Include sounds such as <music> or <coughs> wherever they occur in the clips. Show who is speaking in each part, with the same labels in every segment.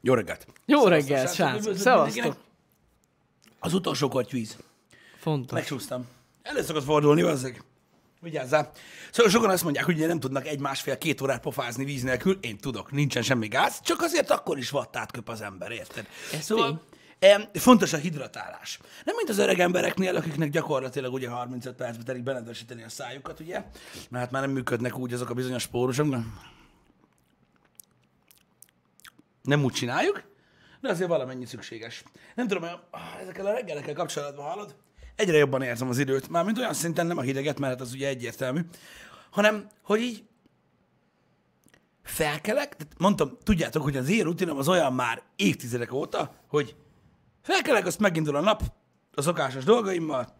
Speaker 1: Jó reggelt!
Speaker 2: Jó reggel, srácok.
Speaker 1: üdvözlök
Speaker 2: Szevasztok.
Speaker 1: mindenkinek. Az utolsó kortyvíz.
Speaker 2: Fontos.
Speaker 1: Megsúsztam. Elő szokott fordulni, azzeg. Vigyázzál. Szóval sokan azt mondják, hogy ugye nem tudnak egy másfél-két órát pofázni víz nélkül. Én tudok, nincsen semmi gáz, csak azért akkor is vattát köp az ember, érted?
Speaker 2: Ez
Speaker 1: Szóval, em, fontos a hidratálás. Nem mint az öreg embereknél, akiknek gyakorlatilag ugye 35 percbe telik benedvesíteni a szájukat, ugye? Mert hát már nem működnek úgy azok a bizonyos spórusok. nem? nem úgy csináljuk, de azért valamennyi szükséges. Nem tudom, hogy ah, ezekkel a reggelekkel kapcsolatban hallod, egyre jobban érzem az időt, mármint olyan szinten nem a hideget, mert hát az ugye egyértelmű, hanem, hogy így felkelek, tehát mondtam, tudjátok, hogy az én rutinom az olyan már évtizedek óta, hogy felkelek, azt megindul a nap a szokásos dolgaimmal,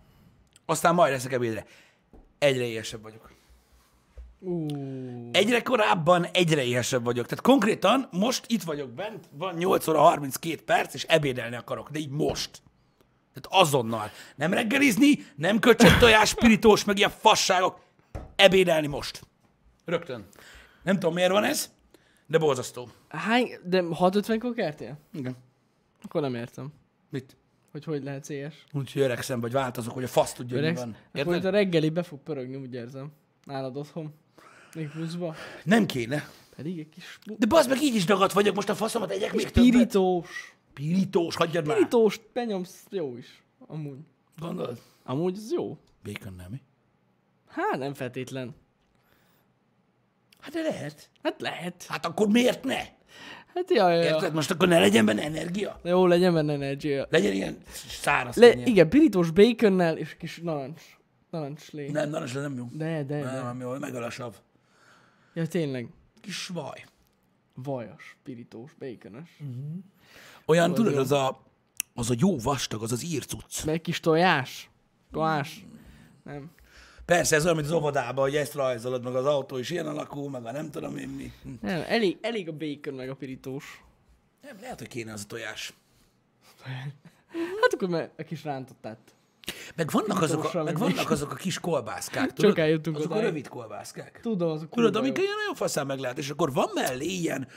Speaker 1: aztán majd leszek ebédre. Egyre éhesebb vagyok. Egyre korábban egyre éhesebb vagyok. Tehát konkrétan most itt vagyok bent, van 8 óra 32 perc, és ebédelni akarok, de így most. Tehát azonnal. Nem reggelizni, nem köcsög tojás, pirítós, meg ilyen fasságok. Ebédelni most. Rögtön. Nem tudom, miért van ez, de borzasztó.
Speaker 2: Hány, de 6.50-kor kertél?
Speaker 1: Igen.
Speaker 2: Akkor nem értem,
Speaker 1: Mit?
Speaker 2: hogy hogy lehet CS.
Speaker 1: Úgyhogy öregszem, vagy változok, hogy a fasz tudja, hogy mi
Speaker 2: Öregsz,
Speaker 1: van.
Speaker 2: akkor itt Hát a
Speaker 1: Érted?
Speaker 2: reggeli be fog pörögni, úgy érzem. Nálad otthon. Még pluszba.
Speaker 1: Nem kéne.
Speaker 2: Pedig egy kis bu-
Speaker 1: De bazd meg, így is dagadt vagyok, most a faszomat egyek még többet.
Speaker 2: pirítós.
Speaker 1: Pirítós, hagyjad már.
Speaker 2: Pirítós, benyomsz, jó is. Amúgy.
Speaker 1: Gondolod?
Speaker 2: Amúgy ez jó.
Speaker 1: Bacon nem, mi?
Speaker 2: Hát nem feltétlen.
Speaker 1: Hát de lehet.
Speaker 2: Hát lehet.
Speaker 1: Hát akkor miért ne?
Speaker 2: Hát jaj, jaj, jaj.
Speaker 1: Érted? Most akkor ne legyen benne energia.
Speaker 2: Jó, legyen benne energy.
Speaker 1: Legyen ilyen száraz.
Speaker 2: Le,
Speaker 1: kenyér.
Speaker 2: igen, pirítós baconnel és kis narancs. Narancslé.
Speaker 1: Nem, narancs nem jó.
Speaker 2: De, de,
Speaker 1: Nem,
Speaker 2: de.
Speaker 1: nem jó, megalasabb.
Speaker 2: Ja, tényleg.
Speaker 1: Kis vaj.
Speaker 2: Vajas, pirítós, baconos.
Speaker 1: Olyan, tudod, az a, az a jó vastag, az az írcuc.
Speaker 2: Meg egy kis tojás. Tojás. Nem.
Speaker 1: Persze, ez olyan, mint az óvodában, hogy ezt rajzolod, meg az autó is ilyen alakú, meg a nem tudom én mi. Hm.
Speaker 2: Nem, elég, elég a bacon meg a pirítós.
Speaker 1: Nem, lehet, hogy kéne az a tojás.
Speaker 2: Hát akkor meg a kis rántottát.
Speaker 1: Meg vannak, azok a,
Speaker 2: Pirítóssal,
Speaker 1: meg
Speaker 2: meg
Speaker 1: vannak
Speaker 2: is.
Speaker 1: azok a kis kolbászkák, tudod?
Speaker 2: eljutunk
Speaker 1: azok a
Speaker 2: odáig.
Speaker 1: rövid kolbászkák.
Speaker 2: Tudom, az a
Speaker 1: Tudod,
Speaker 2: kurva
Speaker 1: amikor
Speaker 2: jó.
Speaker 1: ilyen nagyon faszán meg lehet, és akkor van mellé ilyen,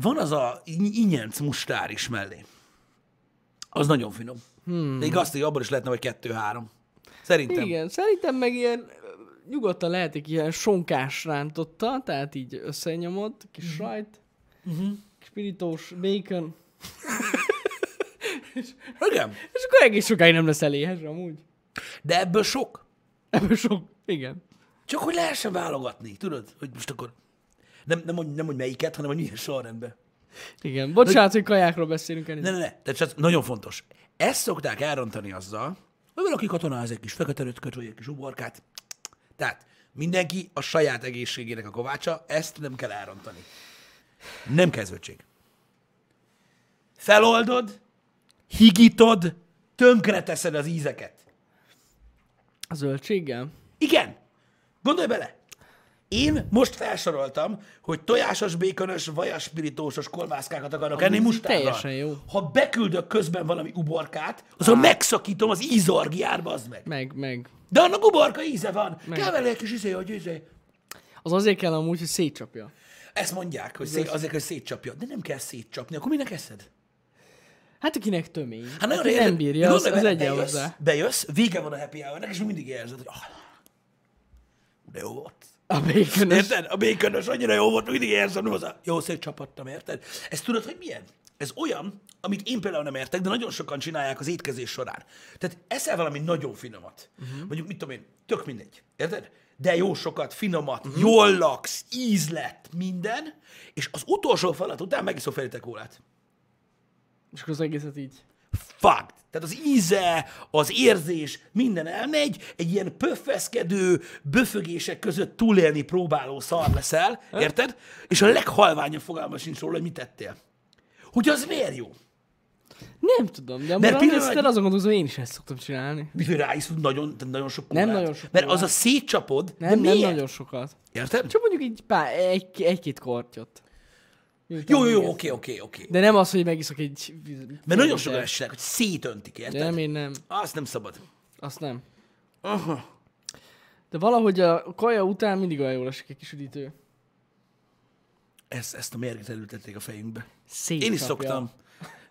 Speaker 1: van az a iny- inyenc mustár is mellé. Az nagyon finom. Hmm. Még azt, hogy abból is lehetne, vagy kettő-három. Szerintem.
Speaker 2: Igen, szerintem meg ilyen ö, nyugodtan lehet egy ilyen sonkás rántotta, tehát így összenyomod, kis mm-hmm. sajt, mm-hmm. kis pirítós, bacon,
Speaker 1: Igen.
Speaker 2: és akkor egész sokáig nem leszel éhes amúgy.
Speaker 1: De ebből sok.
Speaker 2: Ebből sok, igen.
Speaker 1: Csak hogy lehessen válogatni, tudod? Hogy most akkor nem, nem, hogy, nem hogy melyiket, hanem hogy milyen sorrendben.
Speaker 2: Igen, bocsánat, hogy kajákról beszélünk el.
Speaker 1: Ne, ne, ne. Tehát ez nagyon fontos. Ezt szokták elrontani azzal, hogy valaki katonáz egy kis fekete rötköt, vagy egy kis uborkát. Tehát mindenki a saját egészségének a kovácsa, ezt nem kell elrontani. Nem kell zöldség. Feloldod, higítod, tönkreteszed az ízeket.
Speaker 2: A zöldséggel?
Speaker 1: Igen. Gondolj bele. Én most felsoroltam, hogy tojásos, békönös, vajas, spiritósos kolbászkákat akarok enni
Speaker 2: ez
Speaker 1: mustárral.
Speaker 2: teljesen jó.
Speaker 1: Ha beküldök közben valami uborkát, azon megszakítom az ízorgiár, bazd meg.
Speaker 2: Meg, meg.
Speaker 1: De annak uborka íze van. Kell vele egy kis íze, hogy íze.
Speaker 2: Az azért kell amúgy, hogy szétcsapja.
Speaker 1: Ezt mondják, hogy szét, azért, hogy szétcsapja. De nem kell szétcsapni, akkor minek eszed?
Speaker 2: Hát akinek tömény.
Speaker 1: Hát nagyon
Speaker 2: Aki
Speaker 1: régen-
Speaker 2: nem bírja,
Speaker 1: gondolj
Speaker 2: az,
Speaker 1: bele,
Speaker 2: az legyen
Speaker 1: bejössz-
Speaker 2: hozzá.
Speaker 1: Bejössz, vége van a happy hour és még mindig érzed, hogy ah, de jó volt.
Speaker 2: A bacon az...
Speaker 1: Érted? A békönös annyira jó volt, mindig érzem, nem az a jó szép csapattam, érted? Ez tudod, hogy milyen? Ez olyan, amit én például nem értek, de nagyon sokan csinálják az étkezés során. Tehát eszel valami nagyon finomat. Uh-huh. Mondjuk, mit tudom én, tök mindegy. Érted? De jó sokat, finomat, uh-huh. jól laksz, ízlet, minden, és az utolsó falat után megiszol felitek kólát.
Speaker 2: És akkor az egészet így.
Speaker 1: Fuck! Tehát az íze, az érzés, minden elmegy, egy ilyen pöffeszkedő, böfögések között túlélni próbáló szar leszel, érted? És a leghalványabb fogalma sincs róla, hogy mit tettél. Hogy az miért jó?
Speaker 2: Nem tudom, de
Speaker 1: Mert
Speaker 2: amúgy
Speaker 1: pillanat-
Speaker 2: pillanat... azon gondolom, hogy én is ezt szoktam csinálni.
Speaker 1: Mit, hogy ráiszod nagyon, tehát nagyon sok
Speaker 2: Nem
Speaker 1: kólát?
Speaker 2: nagyon sok
Speaker 1: Mert
Speaker 2: kólát.
Speaker 1: az a szétcsapod,
Speaker 2: Nem,
Speaker 1: de
Speaker 2: nem
Speaker 1: miért?
Speaker 2: nagyon sokat.
Speaker 1: Érted?
Speaker 2: Csak mondjuk így pár, egy, egy-két kortyot. Miután
Speaker 1: Jó, jó, jó,
Speaker 2: végez.
Speaker 1: oké, oké, oké.
Speaker 2: De nem az, hogy megiszok egy...
Speaker 1: Mert nagyon sokan esnek, hogy szétöntik,
Speaker 2: De nem,
Speaker 1: érted?
Speaker 2: én nem.
Speaker 1: Azt nem szabad.
Speaker 2: Azt nem.
Speaker 1: Aha.
Speaker 2: De valahogy a kaja után mindig olyan jól esik egy kis üdítő.
Speaker 1: Ezt, ezt a mérget elültették a fejünkbe.
Speaker 2: Szétcsapja.
Speaker 1: Én is szoktam.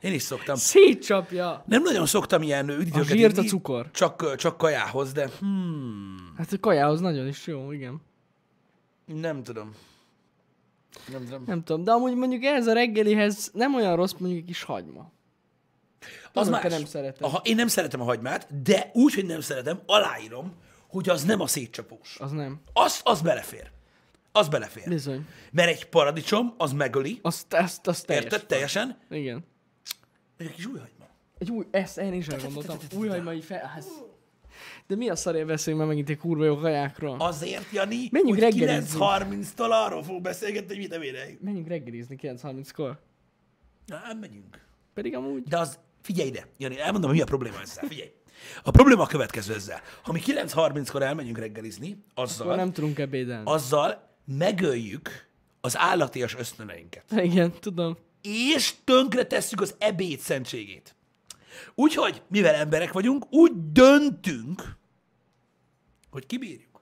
Speaker 1: Én is szoktam.
Speaker 2: Szétcsapja.
Speaker 1: Nem nagyon szoktam ilyen üdítőket
Speaker 2: A zsírt, a
Speaker 1: inni,
Speaker 2: cukor.
Speaker 1: Csak, csak kajához, de hm,
Speaker 2: Hát a kajához nagyon is jó, igen.
Speaker 1: nem tudom. Nem tudom.
Speaker 2: Nem tudom, de amúgy mondjuk ez a reggelihez nem olyan rossz mondjuk egy kis hagyma.
Speaker 1: Az
Speaker 2: Tudom,
Speaker 1: más.
Speaker 2: te nem szereted.
Speaker 1: Aha, én nem szeretem a hagymát, de úgy, hogy nem szeretem, aláírom, hogy az nem a szétcsapós.
Speaker 2: Az nem.
Speaker 1: Az, az belefér. Az belefér.
Speaker 2: Bizony.
Speaker 1: Mert egy paradicsom, az megöli,
Speaker 2: Azt, azt, azt teljes.
Speaker 1: érted? Teljesen.
Speaker 2: Igen.
Speaker 1: Meg egy kis új hagyma.
Speaker 2: Egy új, ezt én is elgondoltam. Új hagymai fel... hát- ez- De mi a szarért beszélünk már megint egy kurva jó kajákról?
Speaker 1: Azért, Jani,
Speaker 2: Menjünk
Speaker 1: hogy
Speaker 2: reggelizni.
Speaker 1: 9.30-tól arról fogunk beszélgetni, hogy mit eméreljük.
Speaker 2: Menjünk reggelizni 9.30-kor.
Speaker 1: Na, megyünk.
Speaker 2: Pedig amúgy...
Speaker 1: De az, figyelj ide, Jani, elmondom, mi a probléma ezzel, figyelj. A probléma a következő ezzel. Ha mi 9.30-kor elmegyünk reggelizni, azzal,
Speaker 2: Akkor nem tudunk ebédelni.
Speaker 1: azzal megöljük az állatias ösztöneinket.
Speaker 2: Igen, tudom.
Speaker 1: és tönkre tesszük az ebéd szentségét. Úgyhogy, mivel emberek vagyunk, úgy döntünk, hogy kibírjuk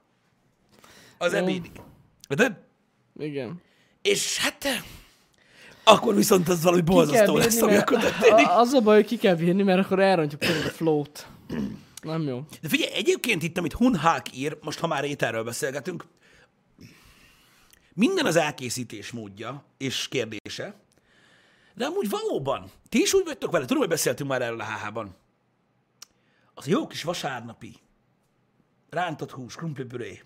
Speaker 1: az
Speaker 2: Jó.
Speaker 1: ebédig. De,
Speaker 2: Igen.
Speaker 1: és hát, akkor viszont az valami borzasztó lesz, ami
Speaker 2: mert...
Speaker 1: akkor történik.
Speaker 2: A- Az a baj, hogy ki kell bírni, mert akkor elrontjuk tényleg a flót. Nem jó.
Speaker 1: De figyelj, egyébként itt, amit Hunhák ír, most ha már ételről beszélgetünk, minden az elkészítés módja és kérdése, de amúgy valóban, ti is úgy vagytok vele, tudom, hogy beszéltünk már erről a HH-ban. Az jó kis vasárnapi rántott hús, krumplipüré,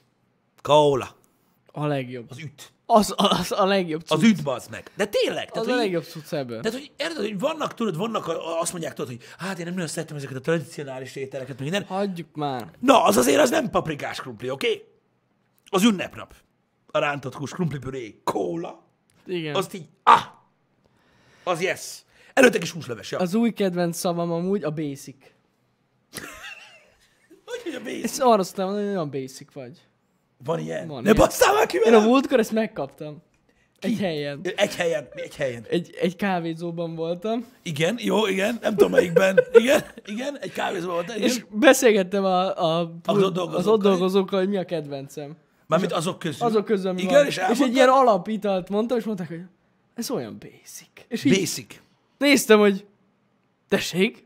Speaker 1: kaola,
Speaker 2: A legjobb.
Speaker 1: az üt.
Speaker 2: Az, az a legjobb cucc.
Speaker 1: Az üt bazd meg. De tényleg.
Speaker 2: Az
Speaker 1: Tehát,
Speaker 2: a
Speaker 1: hogy
Speaker 2: legjobb cucc ebből.
Speaker 1: tehát, hogy érted, hogy vannak, tudod, vannak, a- a- azt mondják, tudod, hogy hát én nem nagyon szeretem ezeket a tradicionális ételeket, meg minden.
Speaker 2: Hagyjuk már.
Speaker 1: Na, az azért az nem paprikás krumpli, oké? Okay? Az ünnepnap. A rántott hús, krumplipüré, kóla.
Speaker 2: Igen. Az,
Speaker 1: Azt így, ah! Az yes. Előtte kis húsleves, ja. Az...
Speaker 2: az új kedvenc szavam amúgy a basic.
Speaker 1: Hogy hogy a mész?
Speaker 2: Ezt arra szoktam mondani, hogy olyan basic vagy.
Speaker 1: Van ilyen.
Speaker 2: Van
Speaker 1: Van ne
Speaker 2: ilyen.
Speaker 1: basszál már ki
Speaker 2: Én a
Speaker 1: velem!
Speaker 2: múltkor ezt megkaptam. Egy helyen.
Speaker 1: Egy helyen, mi egy helyen.
Speaker 2: Egy, egy kávézóban voltam,
Speaker 1: Igen, jó, igen, nem tudom melyikben. Igen, igen, egy kávézó volt, igen. És
Speaker 2: és beszélgettem a, a
Speaker 1: Az ott
Speaker 2: az
Speaker 1: dolgozókkal.
Speaker 2: ott dolgozókkal, hogy mi a kedvencem.
Speaker 1: Mármint azok közül.
Speaker 2: Azok közül, ami
Speaker 1: Hm. Igen,
Speaker 2: van.
Speaker 1: és,
Speaker 2: és egy ilyen alapitalt mondtam, és mondták, hogy ez olyan basic. És így
Speaker 1: Basic.
Speaker 2: néztem, hogy tessék, <laughs>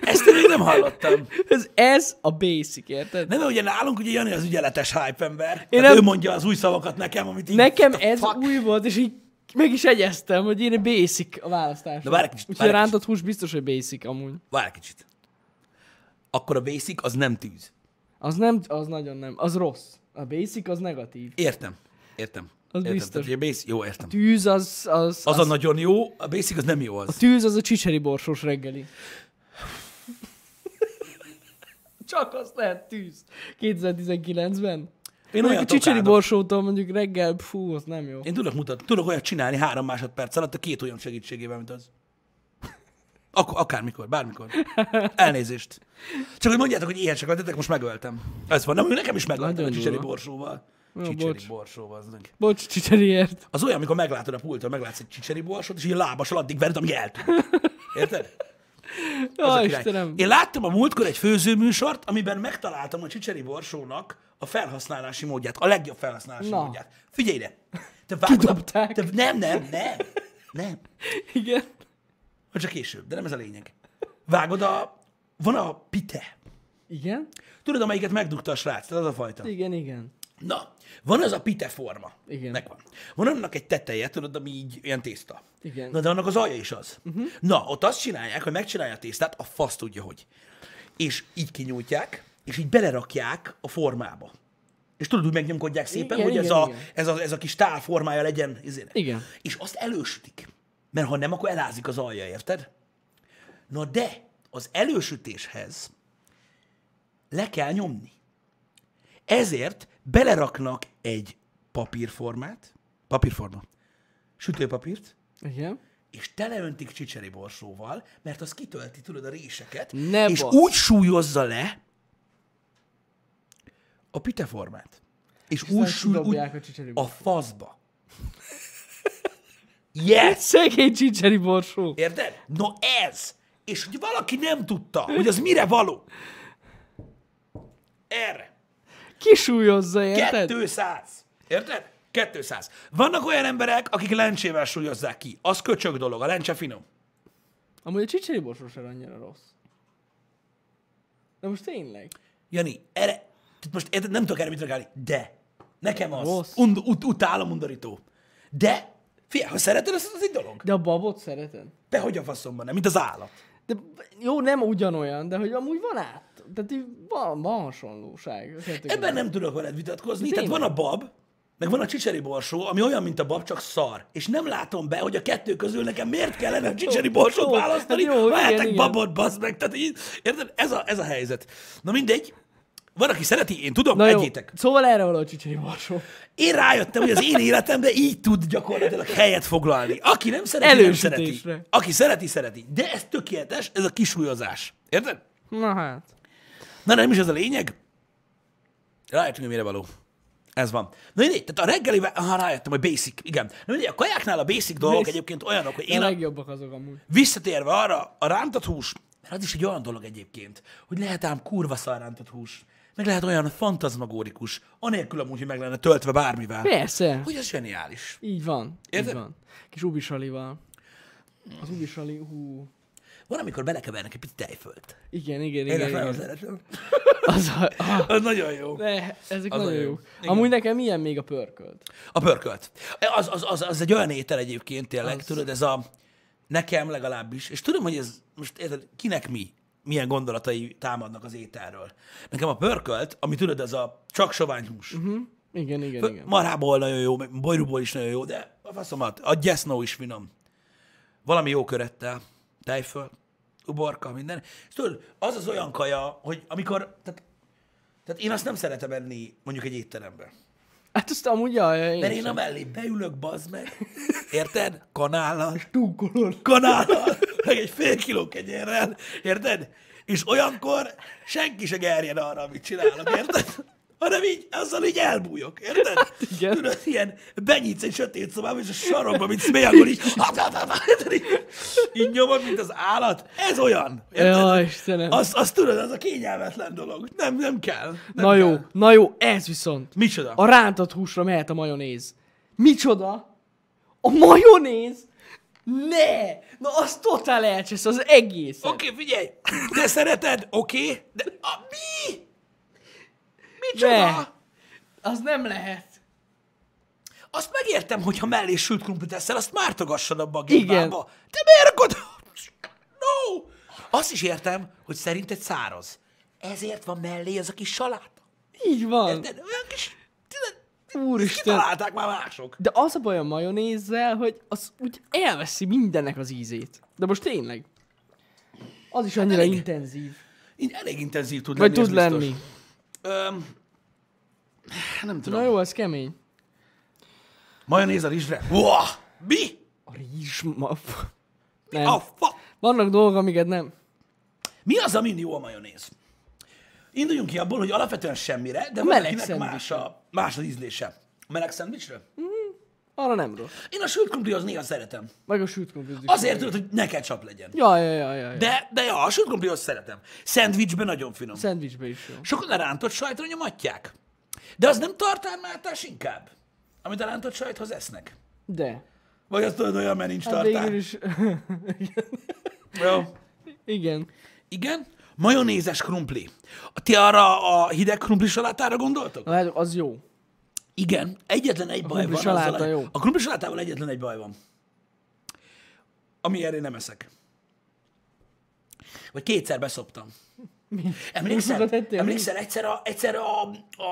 Speaker 1: Ezt én még nem hallottam.
Speaker 2: ez, ez a basic, érted?
Speaker 1: Nem, mert ugye nálunk ugye Jani az ügyeletes hype ember.
Speaker 2: Én
Speaker 1: Én
Speaker 2: nem-
Speaker 1: Ő mondja az új szavakat nekem, amit így...
Speaker 2: Nekem
Speaker 1: What the
Speaker 2: ez
Speaker 1: fuck?
Speaker 2: új volt, és így meg is egyeztem, hogy én egy basic a választás.
Speaker 1: Na várj egy kicsit,
Speaker 2: Úgyhogy a
Speaker 1: várj egy
Speaker 2: rántott hús biztos, hogy basic amúgy.
Speaker 1: Várj egy kicsit. Akkor a basic az nem tűz.
Speaker 2: Az nem, az nagyon nem, az rossz. A basic az negatív.
Speaker 1: Értem. Értem.
Speaker 2: Az
Speaker 1: értem.
Speaker 2: biztos.
Speaker 1: Tehát, hogy a basic, jó, értem.
Speaker 2: Tűz az, az,
Speaker 1: Az,
Speaker 2: az,
Speaker 1: a nagyon jó, a basic az nem jó az.
Speaker 2: a tűz az a csicseri borsós reggeli. <laughs> Csak az lehet tűz. 2019-ben.
Speaker 1: Én
Speaker 2: Mondjuk
Speaker 1: olyan
Speaker 2: a csicseri borsótól mondjuk reggel, fú, az nem jó.
Speaker 1: Én tudok mutatni, tudok olyat csinálni három másodperc alatt a két olyan segítségével, mint az. Ak- akármikor, bármikor. Elnézést. Csak hogy mondjátok, hogy éhesek lettetek, most megöltem. Ez van. Nem, nekem is megöltem a
Speaker 2: Nagyon
Speaker 1: csicseri
Speaker 2: durva.
Speaker 1: borsóval.
Speaker 2: Jó,
Speaker 1: Csicseri
Speaker 2: bocs.
Speaker 1: borsóval. az meg.
Speaker 2: Bocs, csicseriért.
Speaker 1: Az olyan, amikor meglátod a pulton, meglátsz egy csicseri borsót, és így a lábassal addig vered, amíg eltűnt. Érted? Az a
Speaker 2: Jaj,
Speaker 1: király.
Speaker 2: Istenem.
Speaker 1: Én láttam a múltkor egy főzőműsort, amiben megtaláltam a Csicseri Borsónak a felhasználási módját, a legjobb felhasználási
Speaker 2: Na.
Speaker 1: módját. Figyelj ide! Te vágod,
Speaker 2: Kidobták.
Speaker 1: te, nem, nem, nem, nem.
Speaker 2: Igen.
Speaker 1: Vagy csak később, de nem ez a lényeg. Vágod a... Van a pite.
Speaker 2: Igen?
Speaker 1: Tudod, amelyiket megdugta a srác, tehát az a fajta.
Speaker 2: Igen, igen.
Speaker 1: Na, van az a pite forma.
Speaker 2: Igen.
Speaker 1: Megvan. Van annak egy teteje, tudod, ami így ilyen tészta.
Speaker 2: Igen. Mhm.
Speaker 1: Na, de annak az alja is az. Uh-huh. Na, ott azt csinálják, hogy megcsinálja a tésztát, a fasz tudja, hogy. És így kinyújtják, és így belerakják a formába. És tudod, úgy megnyomkodják szépen,
Speaker 2: Igen,
Speaker 1: hogy ez,
Speaker 2: igen,
Speaker 1: a,
Speaker 2: igen.
Speaker 1: ez, a, ez a kis tál formája legyen. Izének.
Speaker 2: Igen.
Speaker 1: És azt elősütik. Mert ha nem, akkor elázik az alja, érted? Na de, az elősütéshez le kell nyomni. Ezért beleraknak egy papírformát, papírforma, sütőpapírt,
Speaker 2: Igen.
Speaker 1: és teleöntik csicseri borsóval, mert az kitölti, tudod, a réseket,
Speaker 2: Ne
Speaker 1: és
Speaker 2: basz.
Speaker 1: úgy súlyozza le a piteformát. És, és úgy,
Speaker 2: aztán
Speaker 1: sül, úgy
Speaker 2: kidobják a csicseri
Speaker 1: a
Speaker 2: borsót.
Speaker 1: faszba. Yes!
Speaker 2: Szegény csicseri borsó.
Speaker 1: Érted? No ez! És hogy valaki nem tudta, hogy az mire való. Erre.
Speaker 2: Kisúlyozza, érted?
Speaker 1: 200. Érted? 200. Vannak olyan emberek, akik lencsével súlyozzák ki. Az köcsög dolog, a lencse finom.
Speaker 2: Amúgy a csicseri borsó sem annyira rossz. De most tényleg.
Speaker 1: Jani, erre, tehát most érted, nem tudok erre mit reagálni, de nekem az,
Speaker 2: Rossz.
Speaker 1: und, ut, utálom undorító. De, figyelj, ha szereted, az az egy dolog.
Speaker 2: De a babot szereted?
Speaker 1: De hogy a faszomban nem, mint az állat.
Speaker 2: De jó, nem ugyanolyan, de hogy amúgy van át. Tehát így van, van hasonlóság. a kettő között.
Speaker 1: Ebben nem tudok veled vitatkozni,
Speaker 2: Tényleg.
Speaker 1: tehát van a bab, meg van a csicseri borsó, ami olyan, mint a bab, csak szar. És nem látom be, hogy a kettő közül nekem miért kellene a csicseri borsót
Speaker 2: Jó,
Speaker 1: választani,
Speaker 2: hát jó, igen,
Speaker 1: mehetek
Speaker 2: igen.
Speaker 1: babot, bazd meg. Tehát így, érted? Ez a, ez a helyzet. Na mindegy, van, aki szereti, én tudom,
Speaker 2: Na jó,
Speaker 1: egyétek.
Speaker 2: szóval erre való a csicseri borsó.
Speaker 1: Én rájöttem, hogy az én életemben így tud gyakorlatilag helyet foglalni. Aki nem szereti, nem szereti.
Speaker 2: Elősütésre.
Speaker 1: Aki szereti, szereti. De ez tökéletes, ez a kisúlyozás. Érted?
Speaker 2: Na hát.
Speaker 1: Na, nem is ez a lényeg. Rájöttünk, hogy mire való. Ez van. Na mindegy, tehát a reggeli... Ha rájöttem, hogy basic, igen. Na mindegy, a kajáknál a basic dolgok
Speaker 2: Basic.
Speaker 1: egyébként olyanok, hogy
Speaker 2: Én
Speaker 1: én
Speaker 2: a
Speaker 1: a,
Speaker 2: legjobbak azok amúgy.
Speaker 1: visszatérve arra, a rántott hús, mert az is egy olyan dolog egyébként, hogy lehet ám kurva szar rántott hús, meg lehet olyan fantazmagórikus, anélkül amúgy, hogy meg lenne töltve bármivel.
Speaker 2: Persze.
Speaker 1: Hogy ez zseniális.
Speaker 2: Így van.
Speaker 1: Érted?
Speaker 2: Így van. Kis ubisalival. Az ubisali, hú.
Speaker 1: Van, amikor belekevernek egy picit tejfölt.
Speaker 2: Igen, igen,
Speaker 1: Én
Speaker 2: igen.
Speaker 1: ezt nagyon
Speaker 2: igen.
Speaker 1: <laughs> szeretem.
Speaker 2: Az a, ah,
Speaker 1: Az nagyon jó.
Speaker 2: ne, ezek
Speaker 1: Az
Speaker 2: az nagyon
Speaker 1: nagyon jó.
Speaker 2: jók.
Speaker 1: Igen.
Speaker 2: Amúgy nekem ilyen még a pörkölt.
Speaker 1: A pörkölt. Az, az, az, az egy olyan étel egyébként tényleg, az... tudod, ez a nekem legalábbis, és tudom, hogy ez most érted, kinek mi, milyen gondolatai támadnak az ételről. Nekem a pörkölt, ami tudod, ez a csak sovány hús. Uh-huh.
Speaker 2: Igen, igen, igen.
Speaker 1: Marhából nagyon jó, meg bolyruból is nagyon jó, de a faszomat, a gyesznó is finom. Valami jó körettel, tejföl, uborka, minden. És tudod, az az olyan kaja, hogy amikor, tehát, tehát én azt nem szeretem enni mondjuk egy étteremben.
Speaker 2: Hát azt amúgy, jaj, én,
Speaker 1: Mert
Speaker 2: én
Speaker 1: én a mellé beülök, bazd meg.
Speaker 2: <laughs>
Speaker 1: Érted? Kanállal.
Speaker 2: túlkolor.
Speaker 1: Kanállal. Meg egy fél kiló kenyérrel. Érted? És olyankor senki se gerjen arra, amit csinálok, érted? Hanem így, azzal így elbújok, érted?
Speaker 2: Hát igen.
Speaker 1: Tudod, ilyen benyitsz egy sötét szobába, és a sarokba, mint szmélyagol, így, <laughs> érted? így, így nyomod, mint az állat. Ez olyan.
Speaker 2: Jaj, Istenem.
Speaker 1: Azt az, tudod, az a kényelmetlen dolog. Nem, nem kell. Nem
Speaker 2: Na jó,
Speaker 1: kell.
Speaker 2: na jó, ez viszont.
Speaker 1: Micsoda?
Speaker 2: A rántott húsra mehet a majonéz. Micsoda? A majonéz? Ne! Na az totál elcsesz az egész.
Speaker 1: Oké, okay, figyelj! Te szereted, oké? Okay? De a mi? Micsoda?
Speaker 2: ne!
Speaker 1: Ne.
Speaker 2: Az nem lehet.
Speaker 1: Azt megértem, hogyha mellé sült krumplit eszel, azt mártogassad abba a
Speaker 2: Igen.
Speaker 1: gépába. Te miért rakod? No! Azt is értem, hogy szerinted száraz. Ezért van mellé az a kis saláta.
Speaker 2: Így van.
Speaker 1: Érted? Olyan kis... tudod,
Speaker 2: Úristen.
Speaker 1: Kitalálták már mások.
Speaker 2: De az a baj a majonézzel, hogy az úgy elveszi mindennek az ízét. De most tényleg. Az is annyira
Speaker 1: elég.
Speaker 2: intenzív.
Speaker 1: Így Elég intenzív tud
Speaker 2: Vagy
Speaker 1: lenni,
Speaker 2: tud
Speaker 1: ez
Speaker 2: lenni.
Speaker 1: biztos. Öm, nem tudom.
Speaker 2: Na jó, ez kemény.
Speaker 1: Majonéz a rizsre. Uah! Mi?
Speaker 2: A rizs... Ma... f-
Speaker 1: Mi a
Speaker 2: Nem.
Speaker 1: fa...
Speaker 2: Vannak dolgok, amiket nem.
Speaker 1: Oh, Mi az, amin jó a majonéz? Induljunk ki abból, hogy alapvetően semmire, de
Speaker 2: meleg
Speaker 1: valakinek más,
Speaker 2: szendvicsre.
Speaker 1: a, más az ízlése. A meleg szendvicsre?
Speaker 2: Arra nem rossz.
Speaker 1: Én a sült krumplihoz néha szeretem.
Speaker 2: Meg a sült krumplit.
Speaker 1: Azért tudod, hogy ne ketchup legyen.
Speaker 2: Ja, ja, ja, ja. ja.
Speaker 1: De, de ja, a sült krumplihoz szeretem. Szendvicsben nagyon finom.
Speaker 2: Szendvicsbe is jó.
Speaker 1: Sokan a rántott sajtra nyomatják. De az nem tartármáltás inkább, amit a rántott sajthoz esznek.
Speaker 2: De.
Speaker 1: Vagy azt tudod olyan, mert nincs
Speaker 2: Hát végül
Speaker 1: tartár.
Speaker 2: is... <laughs>
Speaker 1: Jó.
Speaker 2: Igen.
Speaker 1: Igen. Majonézes krumpli. Ti arra a hideg krumpli salátára gondoltok?
Speaker 2: Na, hát az jó.
Speaker 1: Igen, egyetlen egy baj
Speaker 2: krumpli
Speaker 1: van. azzal
Speaker 2: saláta
Speaker 1: a-
Speaker 2: jó.
Speaker 1: A krumpli salátával egyetlen egy baj van. Ami erre nem eszek. Vagy kétszer beszoptam.
Speaker 2: Mi
Speaker 1: Emlékszel,
Speaker 2: sokat ettél?
Speaker 1: emlékszel egyszer, a, egyszer a,